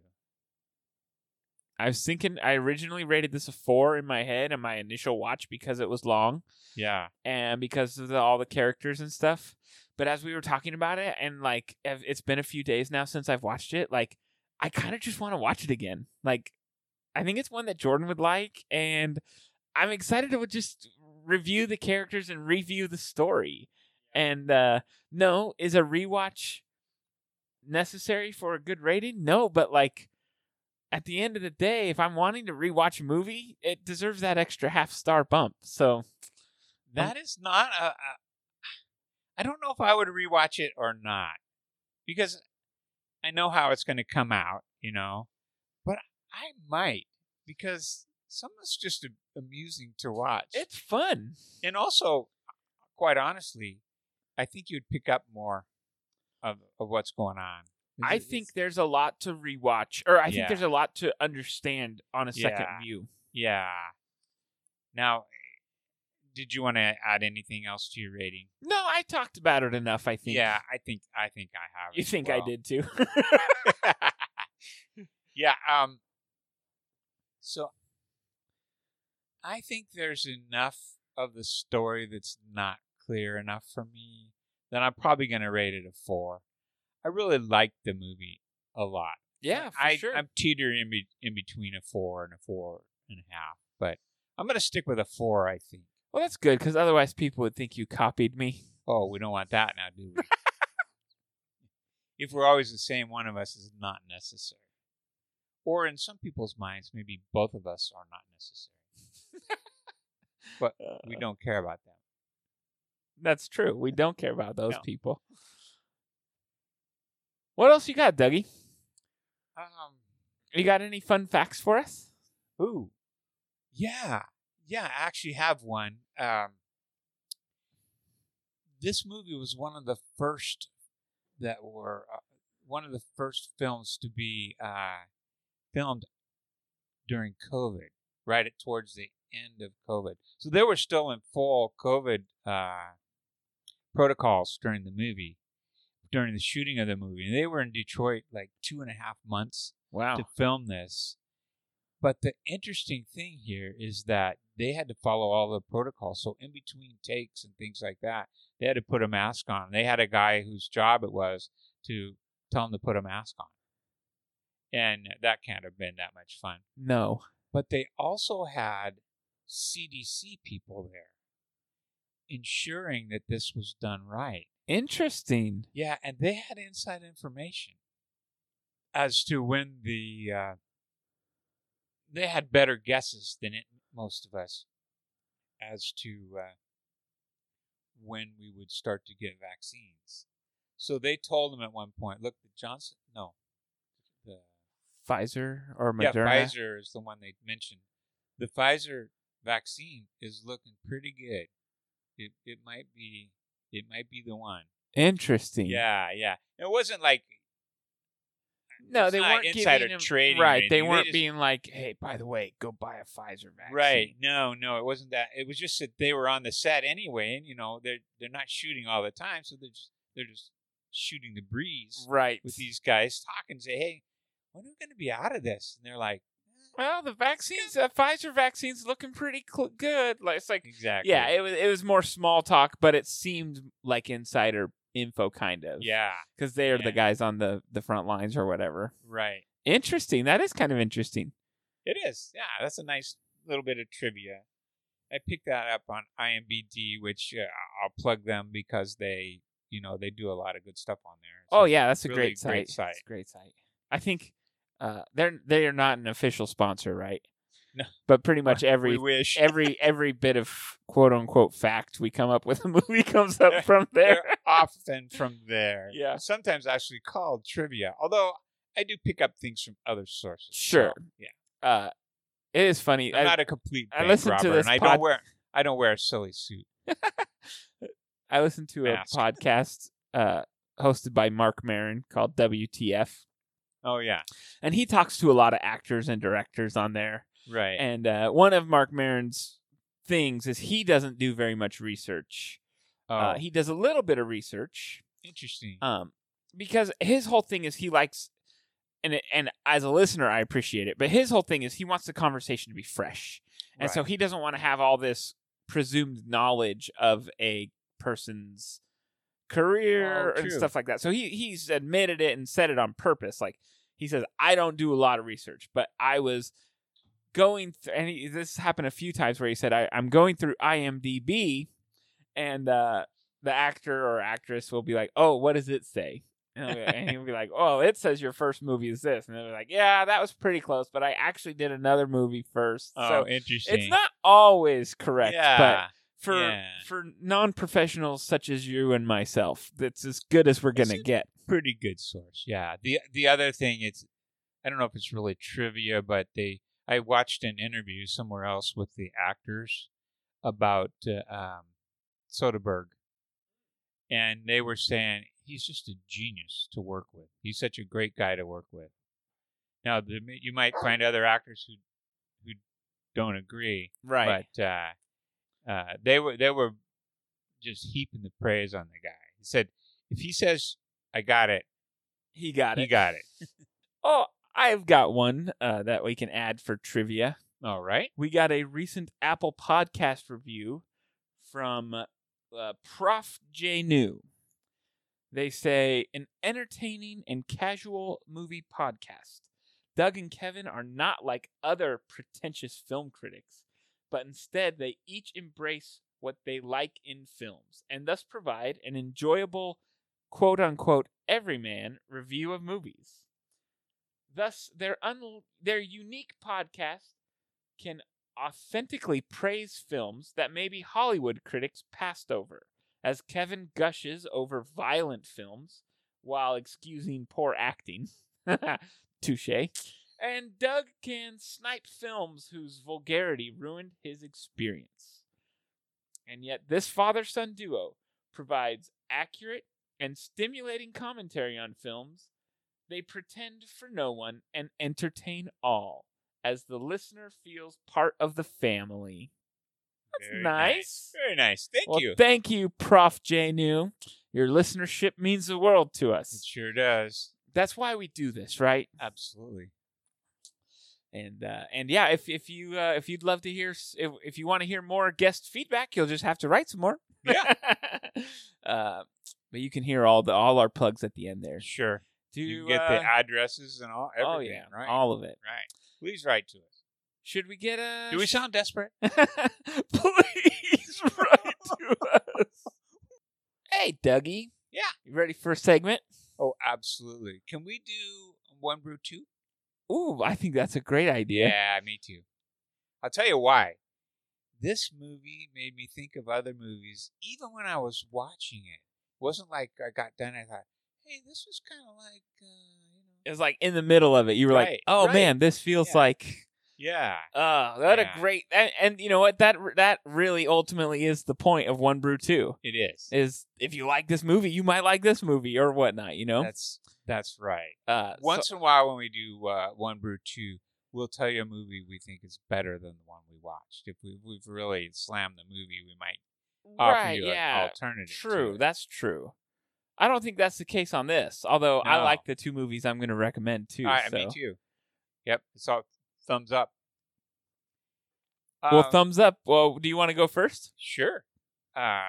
B: I was thinking I originally rated this a four in my head in my initial watch because it was long
I: Yeah.
B: and because of the, all the characters and stuff. But as we were talking about it, and like ev- it's been a few days now since I've watched it, like I kind of just want to watch it again. Like I think it's one that Jordan would like, and I'm excited to just review the characters and review the story. And uh no, is a rewatch necessary for a good rating? No, but like at the end of the day, if I'm wanting to rewatch a movie, it deserves that extra half star bump. So
I: That is not a, a. I don't know if I would rewatch it or not, because I know how it's going to come out, you know. But I might because some of it's just a- amusing to watch,
B: it's fun.
I: and also, quite honestly, I think you'd pick up more of of what's going on.
B: I
I: It's-
B: think there's a lot to rewatch, or I think
I: Yeah.
B: there's a lot to understand on a second
I: Yeah.
B: view.
I: yeah. Now, did you want to add anything else to your rating?
B: No, I talked about it enough. I think.
I: Yeah, I think I think I have.
B: you
I: as
B: think I
I: well.
B: did too?
I: yeah. Um. So, I think there's enough of the story that's not clear enough for me. Then I'm probably going to rate it a four. I really liked the movie a lot.
B: yeah, for
I: I,
B: sure.
I: I'm teetering in, be- in between a four and a four and a half, but I'm going to stick with a four. I think.
B: well, that's good because otherwise people would think you copied me.
I: Oh, we don't want that now, do we? if we're always the same, one of us is not necessary. Or in some people's minds, maybe both of us are not necessary. but
B: Uh,
I: we don't care about them.
B: That's true. We don't care about those
I: No.
B: people. What else you got, Dougie?
I: Um,
B: You got any fun facts for us?
I: Ooh. Yeah. Yeah, I actually have one. Um, this movie was one of the first that were uh, one of the first films to be uh, filmed during COVID, right at towards the end of COVID. So they were still in full COVID uh, protocols during the movie, during the shooting of the movie. And they were in Detroit like two and a half months
B: Wow.
I: to film this. But the interesting thing here is that they had to follow all the protocols. So in between takes and things like that, they had to put a mask on. They had a guy whose job it was to tell him to put a mask on. And that can't have been that much fun.
B: No.
I: But they also had CDC people there ensuring that this was done right.
B: Interesting.
I: Yeah, and they had inside information as to when the uh, they had better guesses than it, most of us as to uh, when we would start to get vaccines. So they told them at one point, "Look, the Johnson, no, the
B: Pfizer or Moderna?
I: yeah, Pfizer is the one they mentioned. The Pfizer vaccine is looking pretty good. It it might be it might be the one."
B: Interesting.
I: Yeah, yeah. It wasn't like
B: No,
I: It's
B: they
I: not
B: weren't
I: insider
B: giving him-
I: trading or
B: Right. They
I: anything. They
B: weren't
I: just-
B: being like, "Hey, by the way, go buy a Pfizer vaccine."
I: right. No, no, it wasn't that. It was just that they were on the set anyway, and you know they're they're not shooting all the time, so they're just they're just shooting the breeze
B: Right.
I: with these guys talking. Say, hey, when are we going to be out of this? And they're like,
B: well, the vaccines, the Pfizer vaccine's looking pretty cl- good. Like it's like,
I: exactly.
B: yeah, it was it was more small talk, but it seemed like insider info, kind of.
I: yeah,
B: because they are
I: Yeah.
B: the guys on the the front lines or whatever.
I: right.
B: Interesting. That is kind of interesting.
I: It is. Yeah, that's a nice little bit of trivia. I picked that up on IMBD, which uh, I'll plug them because they, you know, they do a lot of good stuff on there. So
B: Oh yeah, that's a
I: really
B: great site.
I: great
B: It's a
I: site.
B: great site. I think uh, they're they are not an official sponsor, right?
I: No.
B: But pretty much every
I: we wish
B: every every bit of quote unquote fact we come up with a movie comes up from there.
I: They're often from there.
B: Yeah.
I: Sometimes actually called trivia. Although I do pick up things from other sources. so,
B: Sure.
I: yeah.
B: Uh, it is funny.
I: I'm
B: I,
I: not a complete
B: I
I: bank
B: listened to
I: robber,
B: this
I: and I
B: pod-
I: don't wear I don't wear a silly suit.
B: I listened to a
I: Mask.
B: podcast uh, hosted by Mark Marin called WTF,
I: Oh yeah.
B: and he talks to a lot of actors and directors on there.
I: Right.
B: And uh, one of Mark Marin's things is he doesn't do very much research.
I: oh,
B: Uh, he does a little bit of research,
I: interesting.
B: um, because his whole thing is he likes and it, and as a listener, I appreciate it. But his whole thing is he wants the conversation to be fresh, and so he doesn't want to have all this presumed knowledge of a person's career
I: Oh,
B: and
I: true.
B: stuff like that. So he he's admitted it and said it on purpose. Like he says, I don't do a lot of research, but I was going th- and he, this happened a few times where he said I, i'm going through imdb and uh the actor or actress will be like oh what does it say and he'll be- and he'll be like oh it says your first movie is this and they'll be like yeah that was pretty close but i actually did another movie first so
I: Oh, interesting.
B: Oh, it's not always correct but
I: Yeah.
B: for
I: yeah.
B: for non-professionals such as you and myself that's as good as we're gonna
I: It's a-
B: get
I: pretty good source. Yeah. The the other thing it's I don't know if it's really trivia, but they I watched an interview somewhere else with the actors about uh, um, Soderbergh, and they were saying he's just a genius to work with. He's such a great guy to work with. Now the, you might find other actors who who don't agree,
B: right
I: but uh, uh, they were they were just heaping the praise on the guy. He said, if he says I got it,
B: he got
I: he
B: it
I: got it.
B: oh i've got one uh, that we can add for trivia
I: All right.
B: we got a recent Apple podcast review from uh, Prof. J. New. They say an entertaining and casual movie podcast. Doug and Kevin are not like other pretentious film critics, but instead they each embrace what they like in films and thus provide an enjoyable, quote unquote, everyman review of movies. Thus, their, un- their unique podcast can authentically praise films that maybe Hollywood critics passed over, as Kevin gushes over violent films while excusing poor acting. Touche. And Doug can snipe films whose vulgarity ruined his experience. And yet, this father son duo provides accurate and stimulating commentary on films. They pretend for no one and entertain all as the listener feels part of the family. That's
I: Very
B: nice.
I: Very nice. Thank
B: well,
I: you.
B: thank you, Prof. J. New. Your listenership means the world to
I: it
B: us.
I: sure does.
B: That's why we do this, right?
I: Absolutely.
B: And uh, and yeah, if if you uh, if you'd love to hear s- if, if you want to hear more guest feedback, you'll just have to write some more.
I: Yeah.
B: uh, but you can hear all the all our plugs at the end there.
I: Sure.
B: Do
I: You, get
B: uh,
I: the addresses and all. Everything,
B: oh yeah,
I: Right.
B: all of it.
I: right. Please write to us.
B: Should we get a?
I: Do we sound desperate?
B: Please write to us. Hey, Dougie.
I: Yeah.
B: You ready for a segment?
I: Oh, absolutely. Can we do one brew two?
B: Ooh, I think that's a great idea.
I: Yeah, me too. I'll tell you why. This movie made me think of other movies, even when I was watching it. It wasn't like I got done. I thought, hey, this was kind of like, uh, you know.
B: It was like in the middle of it. You were like,
I: Right,
B: "Oh
I: right.
B: man, this feels
I: Yeah.
B: like
I: Yeah.
B: oh, what
I: Yeah.
B: a great." And, and you know what? That that really ultimately is the point of One Brew Two.
I: It is.
B: Is if you like this movie, you might like this movie or whatnot. You know.
I: That's that's right.
B: Uh, so-
I: Once in a while, when we do uh, one brew two, we'll tell you a movie we think is better than the one we watched. If we, we've really slammed the movie, we might offer
B: right?
I: you
B: Yeah.
I: an alternative. to
B: True.
I: it.
B: That's true. I don't think that's the case on this. Although I
I: No.
B: like the two movies I'm going to recommend too.
I: All right,
B: so.
I: me too. Yep, it's all thumbs up.
B: Well,
I: Um,
B: thumbs up. Well, do you want to go first?
I: Sure. Uh,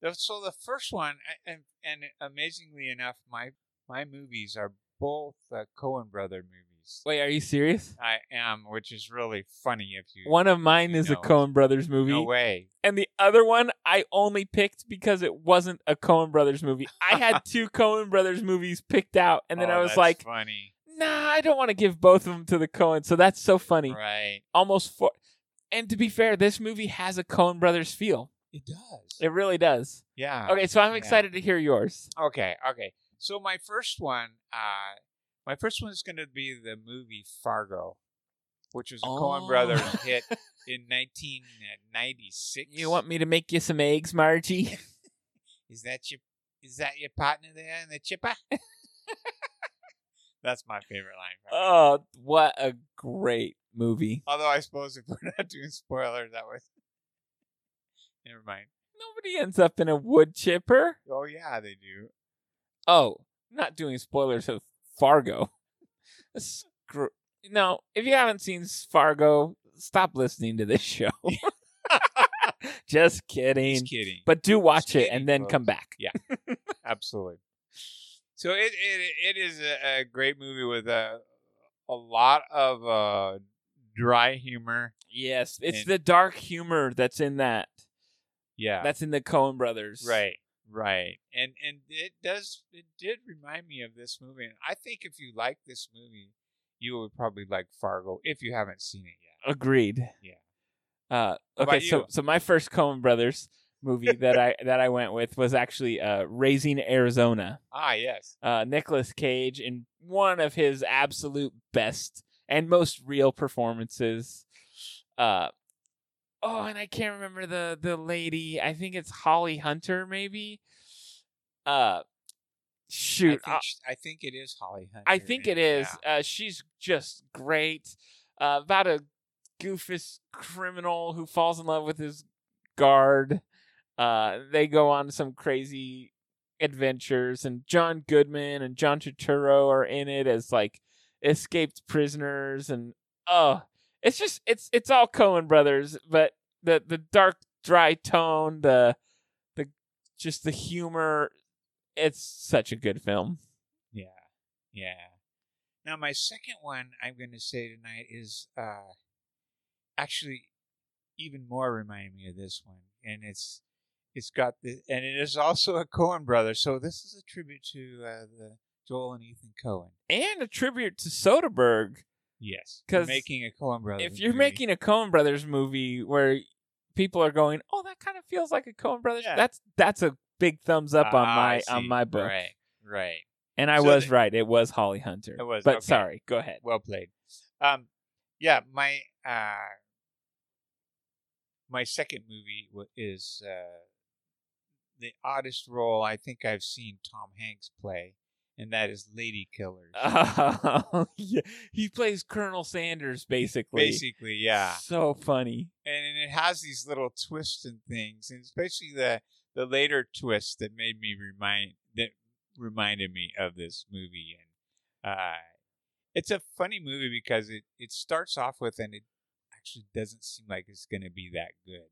I: the- so the first one, a- and, and amazingly enough, my my movies are both uh, Cohen brother movies.
B: Wait, are you serious?
I: I am, which is really funny if you.
B: One of mine
I: you
B: is
I: know.
B: a Coen Brothers movie,
I: No way.
B: and the other one I only picked because it wasn't a Coen Brothers movie. I had two Coen Brothers movies picked out, and then
I: Oh,
B: I was
I: that's
B: like,
I: funny,
B: "Nah, I don't want to give both of them to the Coen." So that's so funny.
I: right?
B: Almost four. And to be fair, this movie has a Coen Brothers feel.
I: It does.
B: It really does.
I: yeah.
B: Okay, so I'm
I: yeah.
B: excited to hear yours.
I: Okay. Okay. So my first one, uh, my first one is going to be the movie Fargo, which was a Coen
B: Oh.
I: Brothers hit in 1996.
B: You want me to make you some eggs, Margie?
I: Is that your is that your partner there in the chipper? That's my favorite line. From it.
B: oh, what a great movie!
I: Although I suppose if we're not doing spoilers, that was never mind.
B: Nobody ends up in a wood chipper.
I: Oh yeah, they do.
B: Oh, not doing spoilers of Fargo. Screw. No, if you haven't seen Fargo, stop listening to this show. Just kidding.
I: Just kidding.
B: But do watch
I: Just
B: it and
I: kidding,
B: then
I: folks.
B: come back.
I: Yeah. Absolutely. So it it, it is a, a great movie with a a lot of uh, dry humor.
B: Yes, it's
I: And-
B: the dark humor that's in that.
I: Yeah.
B: That's in the Coen Brothers.
I: right. Right. And and it does it did remind me of this movie. And I think if you like this movie, you would probably like Fargo if you haven't seen it
B: Oh.
I: yet.
B: Agreed. Yeah. Uh, okay,
I: about
B: so
I: you?
B: so my first Coen Brothers movie that I that I went with was actually uh, Raising Arizona.
I: Ah, yes.
B: Uh, Nicolas Cage in one of his absolute best and most real performances. Uh, oh, and I can't remember the the lady. I think it's Holly Hunter, maybe. Uh,
I: I
B: shoot,
I: think, sh- I think it is Holly Hunter.
B: I think it
I: and-
B: is.
I: yeah.
B: Uh, she's just great. Uh, about a goofus criminal who falls in love with his guard. Uh, they go on some crazy adventures, and John Goodman and John Turturro are in it as like escaped prisoners, and oh, it's just it's it's all Cohen brothers, but the the dark dry tone, the the just the humor. It's such a good film.
I: Yeah. Yeah. Now my second one I'm going to say tonight is uh actually even more reminding me of this one and it's it's got the and it is also a Cohen brother. So this is a tribute to uh, the Joel and Ethan Cohen.
B: and a tribute to Soderbergh.
I: Yes.
B: 'Cause
I: Cuz making a Cohen brother.
B: If you're making a Coen Brothers movie where people are going, "Oh, that kind of feels like a Coen Brothers,"
I: Yeah.
B: that's that's a big thumbs up on my on my book.
I: Ah, Right. Right.
B: And I
I: So
B: was
I: the-
B: right; it was Holly Hunter.
I: It was,
B: but
I: okay.
B: sorry, go ahead.
I: Well played. Um, yeah, my uh, my second movie wa- is uh, the oddest role I think I've seen Tom Hanks play, and that is Lady Killers.
B: Oh, yeah. He plays Colonel Sanders basically.
I: Basically, yeah,
B: So funny.
I: and, and it has these little twists and things, and especially the the later twist that made me remind that reminded me of this movie, and uh, it's a funny movie because it it starts off with and it actually doesn't seem like it's going to be that good.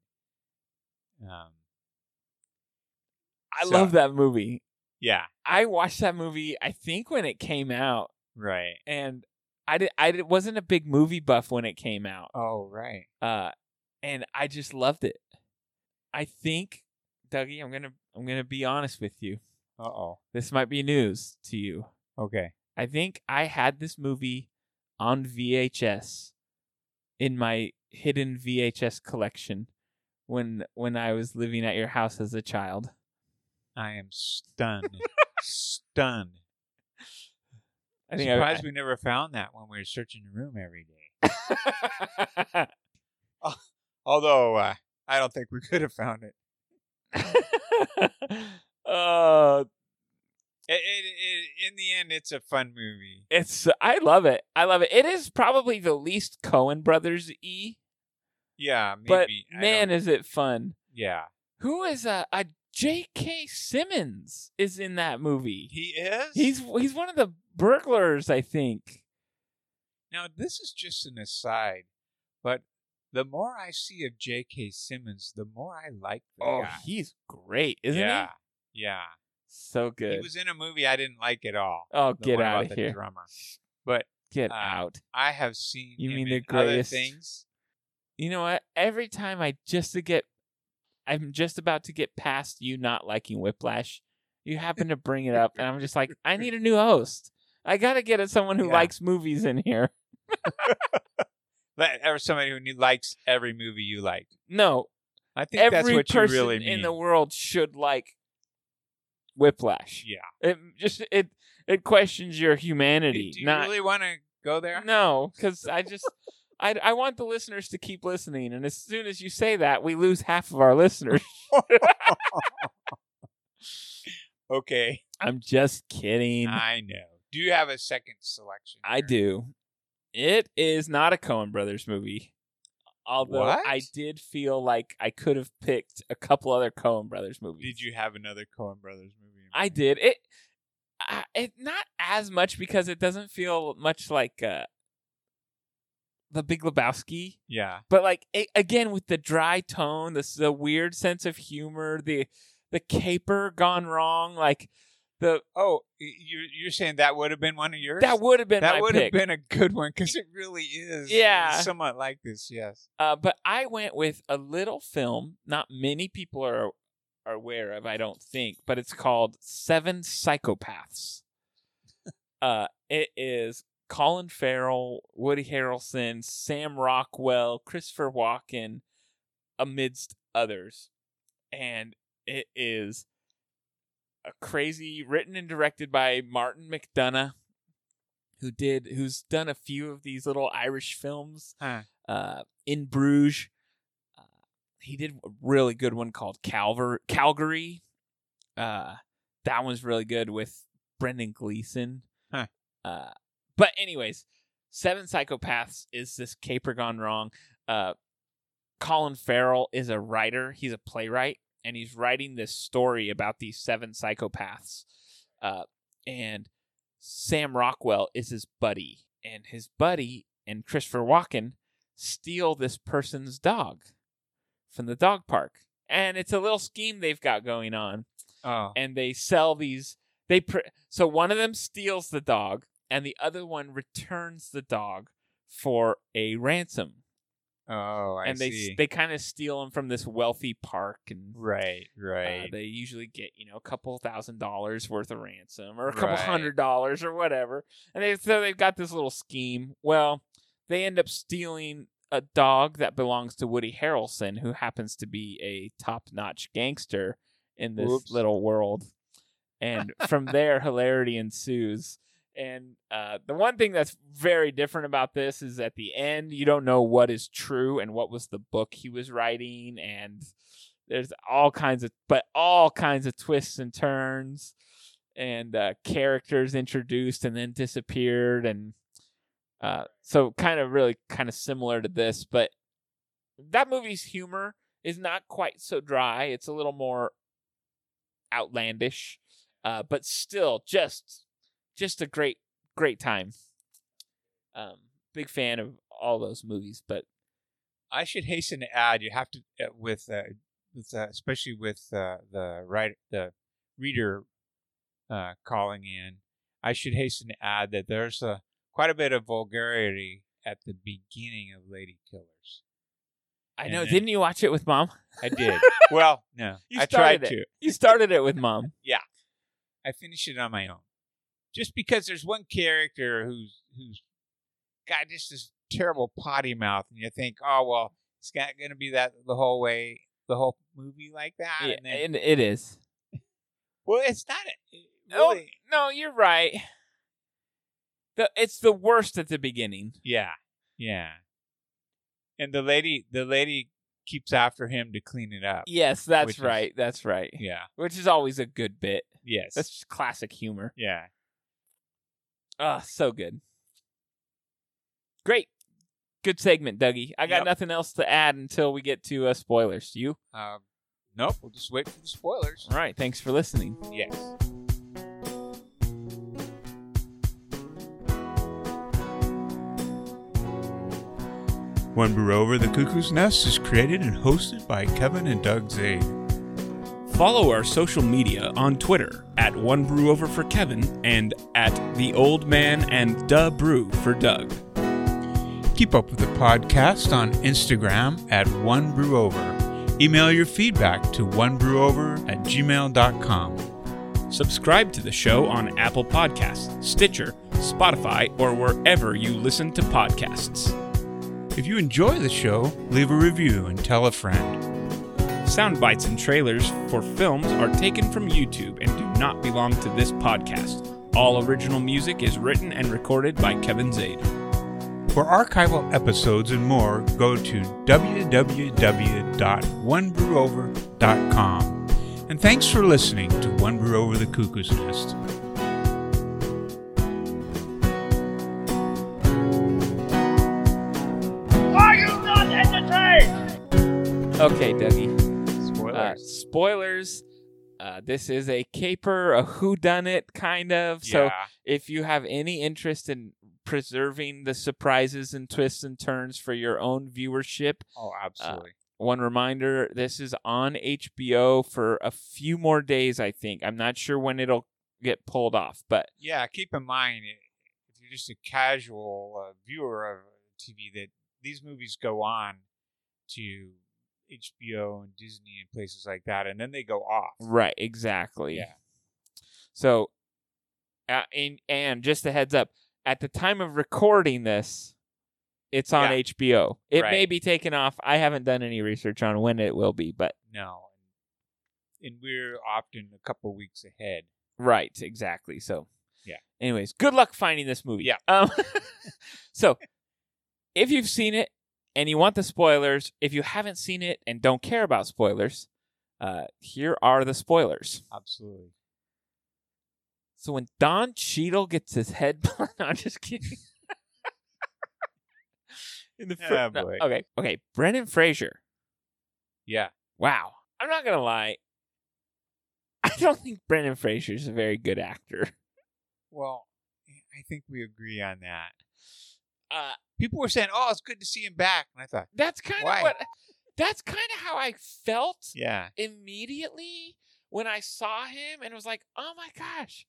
I: Um,
B: I
I: So-
B: love that movie.
I: yeah,
B: I watched that movie. I think when it came out,
I: right.
B: and I did. I did, wasn't a big movie buff when it came out.
I: Oh, right.
B: uh, and I just loved it. I think, Dougie, I'm gonna I'm gonna be honest with you.
I: Uh oh.
B: This might be news to you.
I: Okay.
B: I think I had this movie on VHS in my hidden VHS collection when when I was living at your house as a child.
I: I am stunned. stunned.
B: I
I: I'm
B: think
I: surprised
B: I,
I: we never found that when we were searching the room every day. Although uh, I don't think we could have found it.
B: uh,
I: It, it, it. In the end, it's a fun movie.
B: it's I love it. I love it. It is probably the least Cohen Brothers e,
I: Yeah,
B: but
I: maybe. I
B: man,
I: don't-
B: is it fun.
I: yeah,
B: Who is a, a J.K. Simmons is in that movie.
I: he is.
B: he's he's one of the burglars, I think.
I: now. This is just an aside, but the more I see of J.K. Simmons, the more I like the
B: Oh,
I: guy.
B: he's great, isn't
I: yeah,
B: he?
I: yeah.
B: So good.
I: He was in a movie I didn't like at all.
B: oh,
I: the
B: get
I: one
B: out
I: about
B: of
I: the
B: here!
I: drummer. But
B: Get
I: uh,
B: out.
I: I have seen.
B: You
I: him
B: mean the
I: in other
B: greatest-
I: things?
B: You know what? Every time I just to get, I'm just about to get past you not liking Whiplash. You happen to bring it up, and I'm just like, I need a new host. I gotta get someone who
I: Yeah.
B: likes movies in here.
I: Like, Or somebody who knew- likes every movie you like.
B: No,
I: I think that's
B: every
I: what you
B: person
I: really mean.
B: in the world should like Whiplash.
I: yeah.
B: It just it it questions your humanity.
I: Do you
B: not
I: really want to go there?
B: no, because I just I I want the listeners to keep listening, and as soon as you say that, we lose half of our listeners. Mm-hmm.
I: Okay.
B: I'm just kidding. I,
I: I know. Do you have a second selection? here?
B: do. It is not a Coen Brothers movie. Although
I: What?
B: I did feel like I could have picked a couple other Coen Brothers movies.
I: Did you have another Coen Brothers movie? in
B: I
I: mind?
B: did. It I, it, not as much because it doesn't feel much like uh, the Big Lebowski,
I: Yeah.
B: but like a again with the dry tone, this the weird sense of humor, the the caper gone wrong, like the
I: Oh, y- you're you're saying that would have been one of yours?
B: that would have been
I: that
B: my
I: would
B: pick.
I: have been a good one because it really is.
B: Yeah.
I: Somewhat like this. Yes.
B: Uh, but I went with a little film not many people are are aware of, I don't think, but it's called Seven Psychopaths. uh, it is Colin Farrell, Woody Harrelson, Sam Rockwell, Christopher Walken, amidst others, and it is a crazy written and directed by Martin McDonough, who did who's done a few of these little Irish films
I: Huh.
B: uh, in Bruges. Uh, he did a really good one called Calver- Calgary. Uh, that one's really good with Brendan Gleeson.
I: Huh.
B: Uh, but anyways, Seven Psychopaths is this caper gone wrong. Uh, Colin Farrell is a writer. He's a playwright, and he's writing this story about these seven psychopaths. Uh, and Sam Rockwell is his buddy, and his buddy and Christopher Walken steal this person's dog from the dog park. And it's a little scheme they've got going on
I: Oh.
B: and they sell these they pr- so one of them steals the dog and the other one returns the dog for a ransom
I: Oh, I
B: and they
I: see.
B: they kind of steal him from this wealthy park and
I: right.
B: uh,
I: Right.
B: they usually get you know a couple thousand dollars worth of ransom or a couple
I: Right.
B: hundred dollars or whatever and they, so they've got this little scheme well they end up stealing a dog that belongs to woody harrelson who happens to be a top-notch gangster in this
I: Whoops.
B: little world and from there hilarity ensues and uh, the one thing that's very different about this is at the end you don't know what is true and what was the book he was writing and there's all kinds of but all kinds of twists and turns and uh, characters introduced and then disappeared and uh, so kind of really kind of similar to this but that movie's humor is not quite so dry it's a little more outlandish uh, but still just just a great great time um, big fan of all those movies but
I: I should hasten to add, you have to uh, with uh, with uh, especially with uh, the right the reader uh, calling in. I should hasten to add that there's a quite a bit of vulgarity at the beginning of Lady Killers.
B: i
I: And
B: know
I: then-
B: didn't you watch it with mom
I: I did. well, no,
B: You
I: I
B: started
I: tried to.
B: you started it with mom
I: I finished it on my own, just because there's one character who's who's got just this terrible potty mouth, and you think, oh well, it's not going to be that the whole way, the whole movie like that.
B: Yeah,
I: and then-
B: and it is.
I: Well, it's not a, it
B: Oh.
I: really.
B: No, you're right. The, it's the worst at the beginning.
I: Yeah, yeah. And the lady, the lady keeps after him to clean it up.
B: Yes, that's
I: Which is-
B: right. that's right.
I: Yeah.
B: Which is always a good bit.
I: Yes.
B: That's just classic humor.
I: yeah.
B: Ah, so good. Great. Good segment, Dougie. I got
I: Yep.
B: nothing else to add until we get to uh, spoilers. You?
I: Um, nope. We'll just wait for the spoilers.
B: All right. Thanks for listening.
I: Yes. One Brew Over the Cuckoo's Nest is created and hosted by Kevin and Doug Zade.
D: Follow our social media on Twitter at One Brew Over for Kevin and at The Old Man and Da Brew for Doug.
I: Keep up with the podcast on Instagram at One Brew Over. Email your feedback to onebrewover at gmail.com.
D: Subscribe to the show on Apple Podcasts, Stitcher, Spotify, or wherever you listen to podcasts.
I: If you enjoy the show, leave a review and tell a friend.
D: Sound bites and trailers for films are taken from YouTube and do not belong to this podcast. All original music is written and recorded by Kevin Zade.
I: For archival episodes and more, go to www.onebrewover.com. And thanks for listening to One Brew Over the Cuckoo's Nest.
B: Okay, Dougie. Uh,
I: Spoilers.
B: Uh, spoilers. Uh, this is a caper, a whodunit kind of. So
D: Yeah.
B: if you have any interest in preserving the surprises and twists and turns for your own viewership,
I: Oh, absolutely.
B: one reminder this is on HBO for a few more days, I think. I'm not sure when it'll get pulled off, but
I: yeah, keep in mind i- if you're just a casual uh, viewer of TV that these movies go on to HBO and Disney and places like that, and then they go off.
B: right, exactly.
I: Yeah.
B: So, uh, and, and just a heads up at the time of recording this, it's on
I: Yeah.
B: HBO. It may
I: Right.
B: be taken off. I haven't done any research on when it will be, but
I: No, and we're often a couple weeks ahead.
B: Right, exactly. So,
I: Yeah.
B: Anyways, good luck finding this movie.
I: Yeah.
B: Um, so, if you've seen it and you want the spoilers, if you haven't seen it and don't care about spoilers, uh, here are the spoilers.
I: Absolutely.
B: So when Don Cheadle gets his head, blown- no, I'm just kidding. In the fir-
I: Ah,
B: no,
I: boy.
B: okay, okay, Brendan Fraser.
I: Yeah.
B: Wow, I'm not gonna lie. I don't think Brendan Fraser's a very good actor.
I: Well, I think we agree on that.
B: Uh,
I: People were saying, "Oh, it's good to see him back," and I thought,
B: That's kind of
I: Why?
B: what. That's kind of how I felt
I: "Yeah,
B: immediately when I saw him, and was like, "Oh my gosh,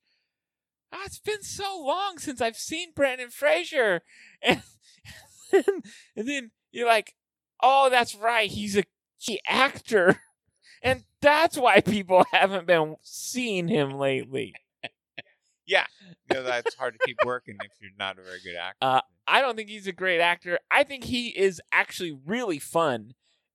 B: Ah, it's been so long since I've seen Brandon Fraser," and, and then you're like, "Oh, that's right, he's a key actor," and that's why people haven't been seeing him lately.
I: you know, that's hard to keep working if you're not a very good actor."
B: Uh, I don't think he's a great actor. I think he is actually really fun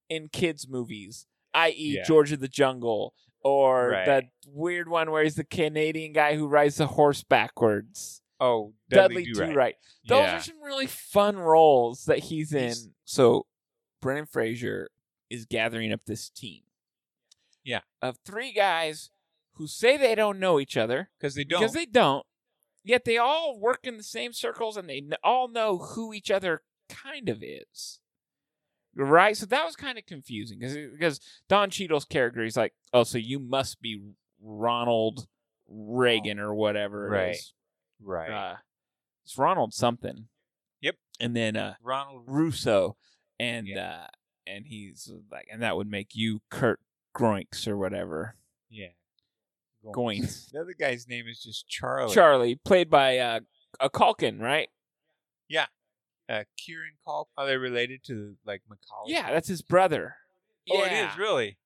B: in kids' movies, i.e.,
I: Yeah.
B: George of the Jungle or
I: Right.
B: that weird one where he's the Canadian guy who rides the horse backwards.
I: oh,
B: Dudley,
I: Dudley, Do Right.
B: Those
I: Yeah.
B: are some really fun roles that he's in.
I: He's-
B: so, Brendan Fraser is gathering up this team.
I: Yeah.
B: Of three guys who say they don't know each other
I: because they don't.
B: because they don't. Yet they all work in the same circles and they kn- all know who each other kind of is. Right? So that was kind of confusing because because Don Cheadle's character is like, "Oh, so you must be Ronald Reagan or whatever." It
I: Right.
B: is.
I: right.
B: Uh, it's Ronald something.
I: Yep.
B: And then uh
I: Ronald.
B: Russo and
I: Yeah.
B: uh and he's uh, like and that would make you Kurt Groinks or whatever.
I: Yeah. Oh.
B: Goins.
I: The other guy's name is just Charlie.
B: Charlie, played by uh, a Culkin, right?
I: uh, Kieran Culkin. Are they related to like Macaulay?
B: Yeah, that's his brother.
I: Oh,
B: Yeah.
I: it is really.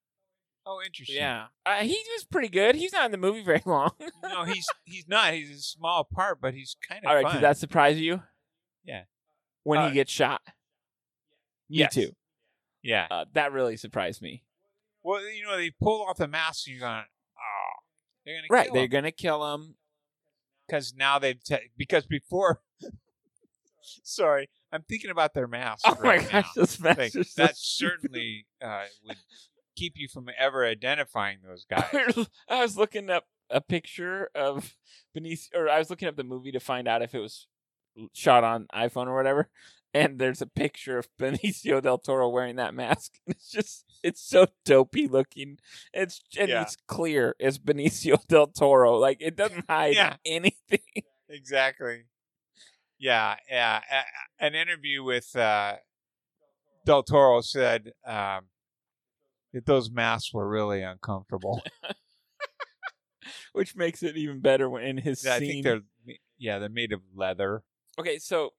I: Oh, interesting.
B: Yeah, uh, he was pretty good. He's not in the movie very long.
I: no, he's he's not. He's a small part, but he's kind of
B: All right,
I: fun.
B: did that surprise you?
I: Yeah.
B: When
I: Uh,
B: he gets shot. Me
I: Yes.
B: too.
I: yeah.
B: Uh, that really surprised me.
I: Well, you know, they pull off the mask, and you're going, oh, they're gonna
B: Right,
I: kill
B: they're gonna kill him.
I: because now they've te- because before. sorry, I'm thinking about their masks.
B: Oh
I: right
B: my
I: now.
B: gosh, this mess
I: Like,
B: is so
I: that certainly uh, would keep you from ever identifying those guys.
B: I was looking up a picture of Benicio, or I was looking up the movie to find out if it was shot on iPhone or whatever. And there's a picture of Benicio del Toro wearing that mask. And it's just, it's so dopey looking. It's and
I: Yeah.
B: it's clear it's Benicio del Toro. Like it doesn't hide
I: Yeah.
B: anything.
I: exactly. Yeah, yeah. A- a- an interview with uh, Del Toro said um, that those masks were really uncomfortable.
B: Which makes it even better when in his
I: I
B: scene.
I: think they're ma- yeah they're made of leather.
B: okay, so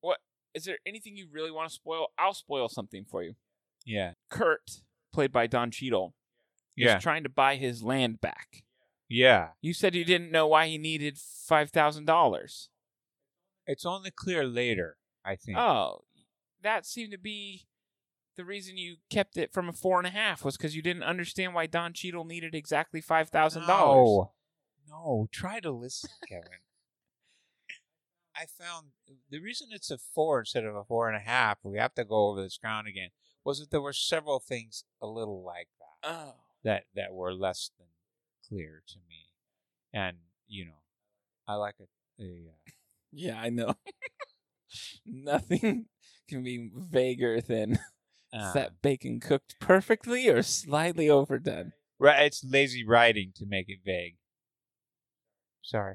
B: what is there anything you really want to spoil? I'll spoil something for you.
I: Yeah,
B: Kurt, played by Don Cheadle, is
I: yeah,
B: trying to buy his land back.
I: yeah.
B: You said you didn't know why he needed five thousand dollars.
I: It's only clear later, I think.
B: Oh, that seemed to be the reason you kept it from a four and a half was because you didn't understand why Don Cheadle needed exactly five thousand dollars.
I: No. No, try to listen, Kevin. I found the reason it's a four instead of a four and a half, we have to go over this ground again, was that there were several things a little like that
B: Oh,
I: that, that were less than clear to me. And, you know, I like a, a uh,
B: yeah, I know. Nothing can be vaguer than is
I: uh,
B: that bacon cooked perfectly or slightly overdone.
I: Right, it's lazy writing to make it vague. Sorry,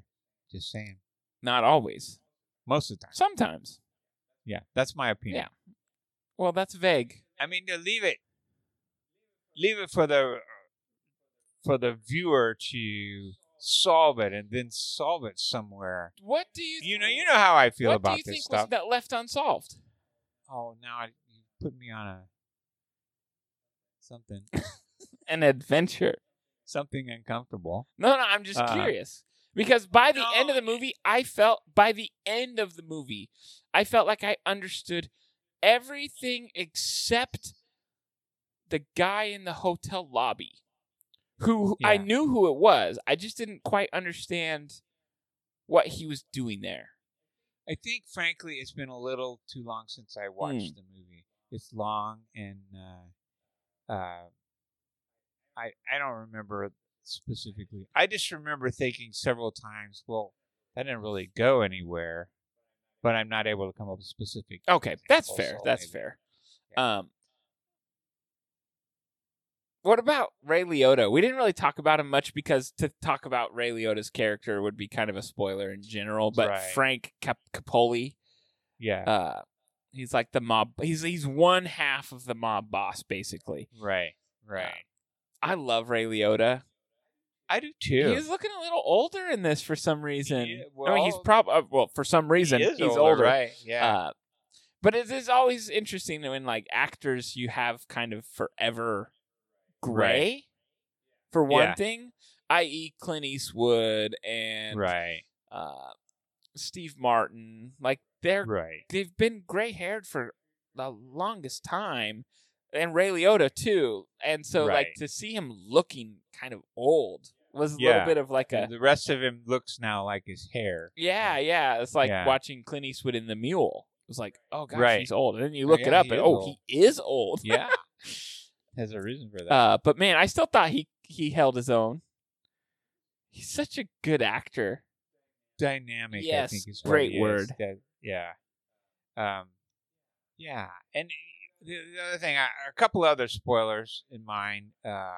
I: just saying.
B: Not always.
I: Most of the time,
B: Sometimes.
I: yeah, that's my opinion.
B: Well, that's vague.
I: I mean, to leave it, leave it for the for the viewer to solve it and then solve it somewhere.
B: What do you?
I: You know, you know how I feel
B: what
I: about
B: do you
I: this
B: think
I: stuff.
B: was that left unsolved?
I: oh, now I, you put me on a something
B: An adventure.
I: something uncomfortable.
B: No, no, I'm just
I: Uh,
B: curious. Because by the
I: no,
B: end of the movie, I felt by the end of the movie, I felt like I understood everything except the guy in the hotel lobby who I
I: Yeah.
B: knew who it was. I just didn't quite understand what he was doing there.
I: I think, frankly, it's been a little too long since I
B: Mm.
I: watched the movie. It's long, and uh, uh, I I don't remember specifically. I just remember thinking several times, "Well, that didn't really go anywhere," but I'm not able to come up with specific.
B: Okay, that's
I: examples,
B: fair.
I: so
B: That's
I: maybe-
B: fair. Um, what about Ray Liotta? We didn't really talk about him much because to talk about Ray Liotta's character would be kind of a spoiler in general. But
I: Right.
B: Frank Cap- Capoli,
I: Yeah,
B: uh, he's like the mob. He's he's one half of the mob boss basically.
I: right, right.
B: I love Ray Liotta.
I: I do too.
B: He's looking a little older in this for some reason.
I: Yeah,
B: I mean, he's
I: well,
B: probably uh, well for some reason
I: He is
B: he's older,
I: right? Yeah,
B: Uh, but it is always interesting when like actors you have kind of forever gray for one
I: Yeah.
B: thing, i.e. Clint Eastwood and
I: right,
B: uh, Steve Martin. Like they're
I: right.
B: they've been gray haired for the longest time. And Ray Liotta too. And so like
I: Right.
B: to see him looking kind of old was a
I: Yeah.
B: little bit of like a
I: The rest of him looks now like his hair.
B: yeah, yeah. It's like
I: Yeah.
B: watching Clint Eastwood in The Mule. It was like, oh gosh,
I: Right.
B: he's old. And then you
I: Oh,
B: look it
I: yeah,
B: up,
I: he
B: and
I: is
B: oh,
I: old.
B: he is old.
I: Yeah, there's a reason for that.
B: Uh, but man, I still thought he he held his own. He's such a good actor.
I: dynamic. I
B: Yes,
I: think is
B: great
I: what it
B: word.
I: is. That, yeah, um, yeah. And eh, the, the other thing, I, a couple other spoilers in mind. Uh,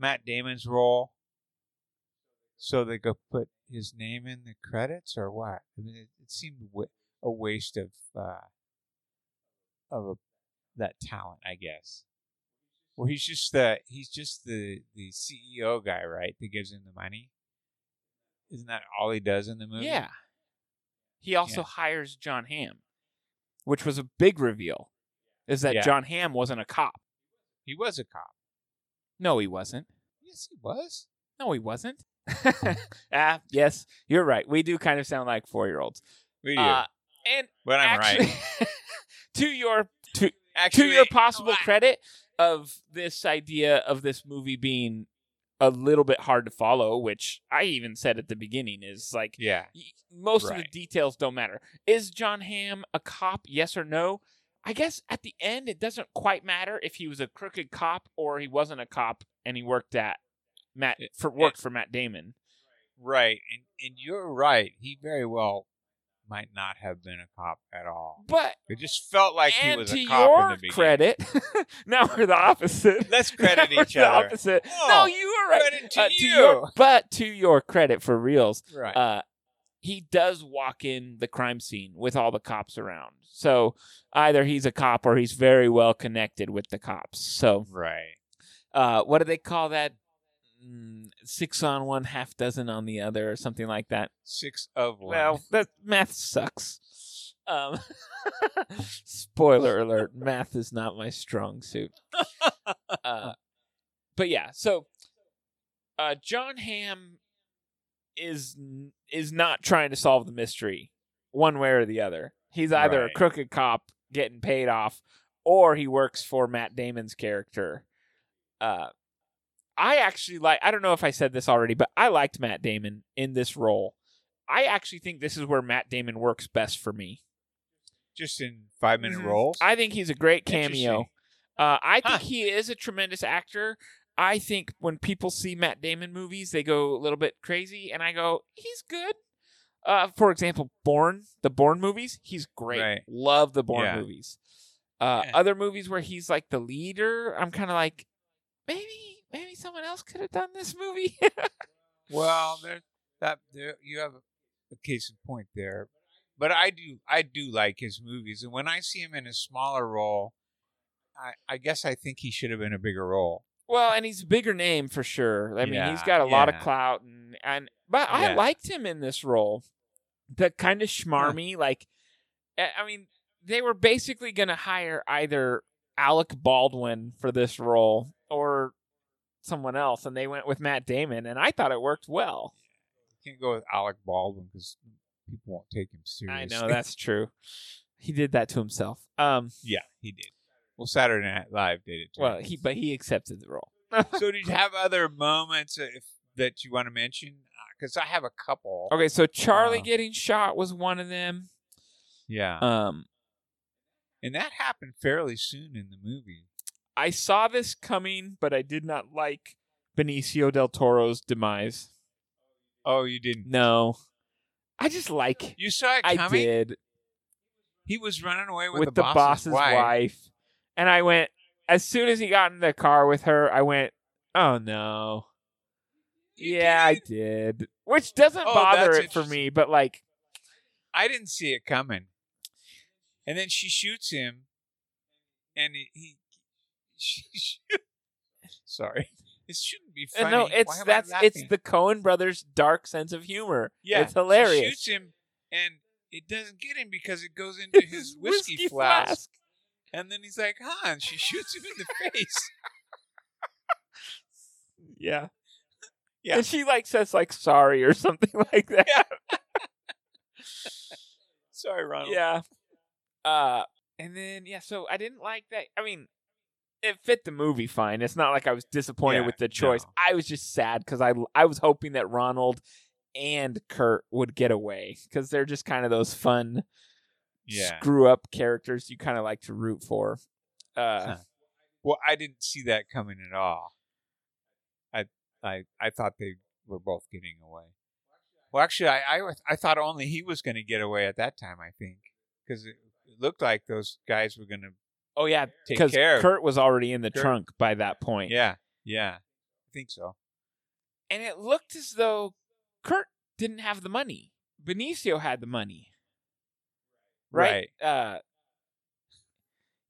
I: Matt Damon's role. So they go put his name in the credits, or what? I mean, it, it seemed wa- a waste of uh, of a, that talent, I guess. Well, he's just the he's just the the CEO guy, right? That gives him the money. Isn't that all he does in the movie?
B: Yeah. He also hires John Hamm, which was a big reveal. Is that
I: Yeah.
B: John Hamm wasn't a cop?
I: He was a cop.
B: No, he wasn't.
I: Yes, he was.
B: No, he wasn't.
I: Oh.
B: ah, yes, you're right. We do kind of sound like four year olds.
I: We
B: Uh, and
I: but I'm
B: actually,
I: right.
B: to your to
I: Actually,
B: to your possible credit of this idea of this movie being a little bit hard to follow, which I even said at the beginning is like
I: Yeah.
B: y- most of the
I: Right.
B: details don't matter. Is John Hamm a cop? Yes or no? I guess at the end it doesn't quite matter if he was a crooked cop or he wasn't a cop and he worked at Matt
I: It-
B: for worked for Matt Damon.
I: Right. And and you're right. He very well might not have been a cop at all.
B: But
I: It just felt like he
B: and
I: was
B: to
I: a cop in
B: your
I: the beginning.
B: credit, now we're the opposite.
I: Let's credit
B: We're
I: each
B: the
I: other. Oh,
B: opposite.
I: No,
B: No, you were right.
I: Credit to
B: Uh,
I: you.
B: your, but to your credit for reals,
I: right.
B: uh, he does walk in the crime scene with all the cops around. So either he's a cop or he's very well connected with the cops. So
I: right.
B: uh, what do they call that? Mm, six on one, half dozen on the other, or something like that.
I: Six of one.
B: Well, that math sucks. Um, spoiler alert: math is not my strong suit. Uh, but yeah, so uh, John Hamm is n- is not trying to solve the mystery one way or the other. He's either a
I: Right.
B: crooked cop getting paid off, or he works for Matt Damon's character. Uh, I actually like. I don't know if I said this already, but I liked Matt Damon in this role. I actually think this is where Matt Damon works best for me.
I: just in five minute
B: Mhm.
I: roles.
B: I think he's a great cameo.
I: Interesting.
B: Uh, I
I: Huh.
B: think he is a tremendous actor. I think when people see Matt Damon movies, they go a little bit crazy, and I go, he's good. Uh, for example, Born, the Born movies, he's great.
I: Right.
B: Love the Born
I: Yeah.
B: movies. Uh,
I: Yeah.
B: Other movies where he's like the leader, I'm kind of like, maybe maybe someone else could have done this movie.
I: Well, there that there you have a case in point there. But I do I do like his movies, and when I see him in a smaller role, I, I guess I think he should have been a bigger role.
B: well, and he's a bigger name for sure. I mean, he's
I: Yeah,
B: got a lot of
I: yeah.
B: clout, and and but I
I: Yeah.
B: liked him in this role, the kind of schmarmy. Like, I I mean, they were basically going to hire either Alec Baldwin for this role or someone else, and they went with Matt Damon, and I thought it worked well.
I: You can't go with Alec Baldwin because people won't take him
B: I
I: seriously.
B: know that's true. He did that to himself. Um,
I: yeah, he did. Well, Saturday Night Live did it. Too.
B: well, he but he accepted the role.
I: so did you have other moments uh, if, that you want to mention? Because I have a couple.
B: Okay, so Charlie
I: Uh.
B: getting shot was one of them.
I: Yeah,
B: Um,
I: and that happened fairly soon in the movie.
B: I saw this coming, but I did not like Benicio del Toro's demise.
I: Oh, you didn't?
B: No, I just like
I: You saw it
B: I
I: coming.
B: did
I: He was running away with,
B: with the,
I: the, boss's, wife.
B: and I went as soon as he got in the car with her. I went, oh no,
I: You
B: yeah,
I: did?
B: I did, which doesn't
I: Oh,
B: bother
I: that's
B: it for me, but like.
I: I didn't see it coming. And then she shoots him, and he. he she, shoot- sorry, it shouldn't be
B: Uh,
I: funny.
B: No,
I: Why
B: it's
I: am I
B: that's it's
I: laughing?
B: the Cohen brothers' dark sense of humor.
I: yeah.
B: it's hilarious.
I: She shoots him, and it doesn't get him because it goes into his whiskey, flask. and then he's like, "Huh?" And she shoots him in the face.
B: Yeah.
I: Yeah.
B: And she like says like sorry or something like that.
I: Sorry, Ronald.
B: Yeah. Uh and then yeah, so I didn't like that. I mean, it fit the movie fine. It's not like I was disappointed
I: Yeah,
B: with the choice.
I: no.
B: I was just sad cuz I I was hoping that Ronald and Kurt would get away cuz they're just kind of those fun
I: Yeah.
B: screw up characters you kind of like to root for. Uh
I: Huh. Well, I didn't see that coming at all. I I I thought they were both getting away. Well, actually, I I, was- I thought only he was going to get away at that time. I think because it, it looked like those guys were going to
B: oh yeah,
I: take
B: cuz
I: care. of
B: Kurt was already in the
I: Kurt-
B: trunk by that point.
I: Yeah, yeah, I think so.
B: and it looked as though Kurt didn't have the money. Benicio had the money, right? Uh,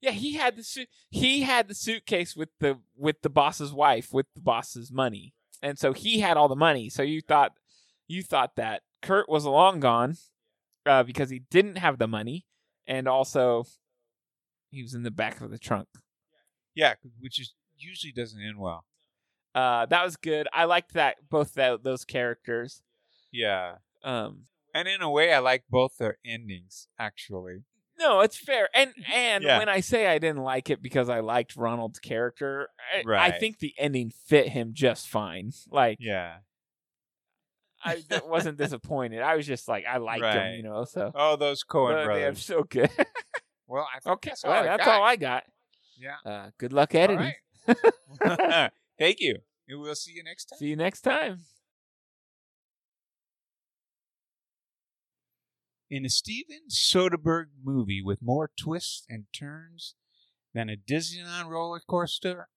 B: yeah, he had the suit. He had the suitcase with the with the boss's wife with the boss's money, and so he had all the money. So you thought you thought that Kurt was long gone uh, because he didn't have the money, and also he was in the back of the trunk.
I: Yeah, which is usually doesn't end well.
B: Uh, that was good. I liked that both tho- those characters.
I: Yeah,
B: Um,
I: and in a way, I like both their endings actually.
B: No, it's fair. And and
I: Yeah.
B: when I say I didn't like it because I liked Ronald's character, I, I
I: Right.
B: think the ending fit him just fine. Like
I: Yeah.
B: I d- wasn't disappointed. I was just like I liked him,
I: Right.
B: you know. So
I: Oh, those Cohen
B: But they are
I: brothers.
B: so good.
I: Well, I think
B: okay,
I: that's all
B: well,
I: I
B: that's
I: got.
B: all I got.
I: Yeah.
B: Uh, good luck editing.
I: All right. Thank you. And we'll see you next time.
B: See you next time.
I: in a Steven Soderbergh movie with more twists and turns than a Disneyland roller coaster.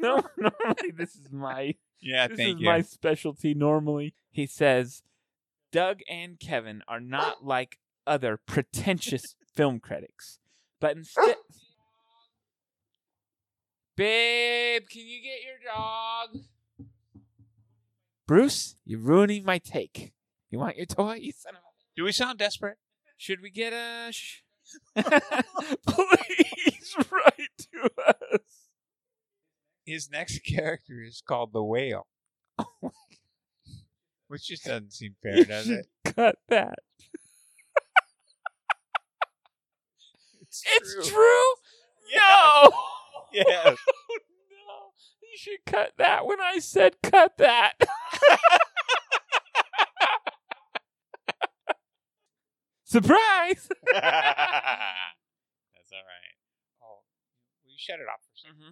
B: No, normally this is my
I: Yeah,
B: this
I: thank
B: is
I: you.
B: my specialty. Normally, he says, Doug and Kevin are not like other pretentious film critics, but instead. Babe, can you get your dog? Bruce, you're ruining my take. You want your toy, you son of a.
I: Do we sound desperate?
B: Should we get a. Sh- Please write to us.
I: His next character is called the Whale, which just doesn't seem fair,
B: You
I: does
B: should
I: it?
B: Cut that. It's true. No.
I: Yes.
B: no. You should cut that when I said cut that. Surprise!
I: That's all right. Oh, will you shut it off for a 2nd
B: Mhm.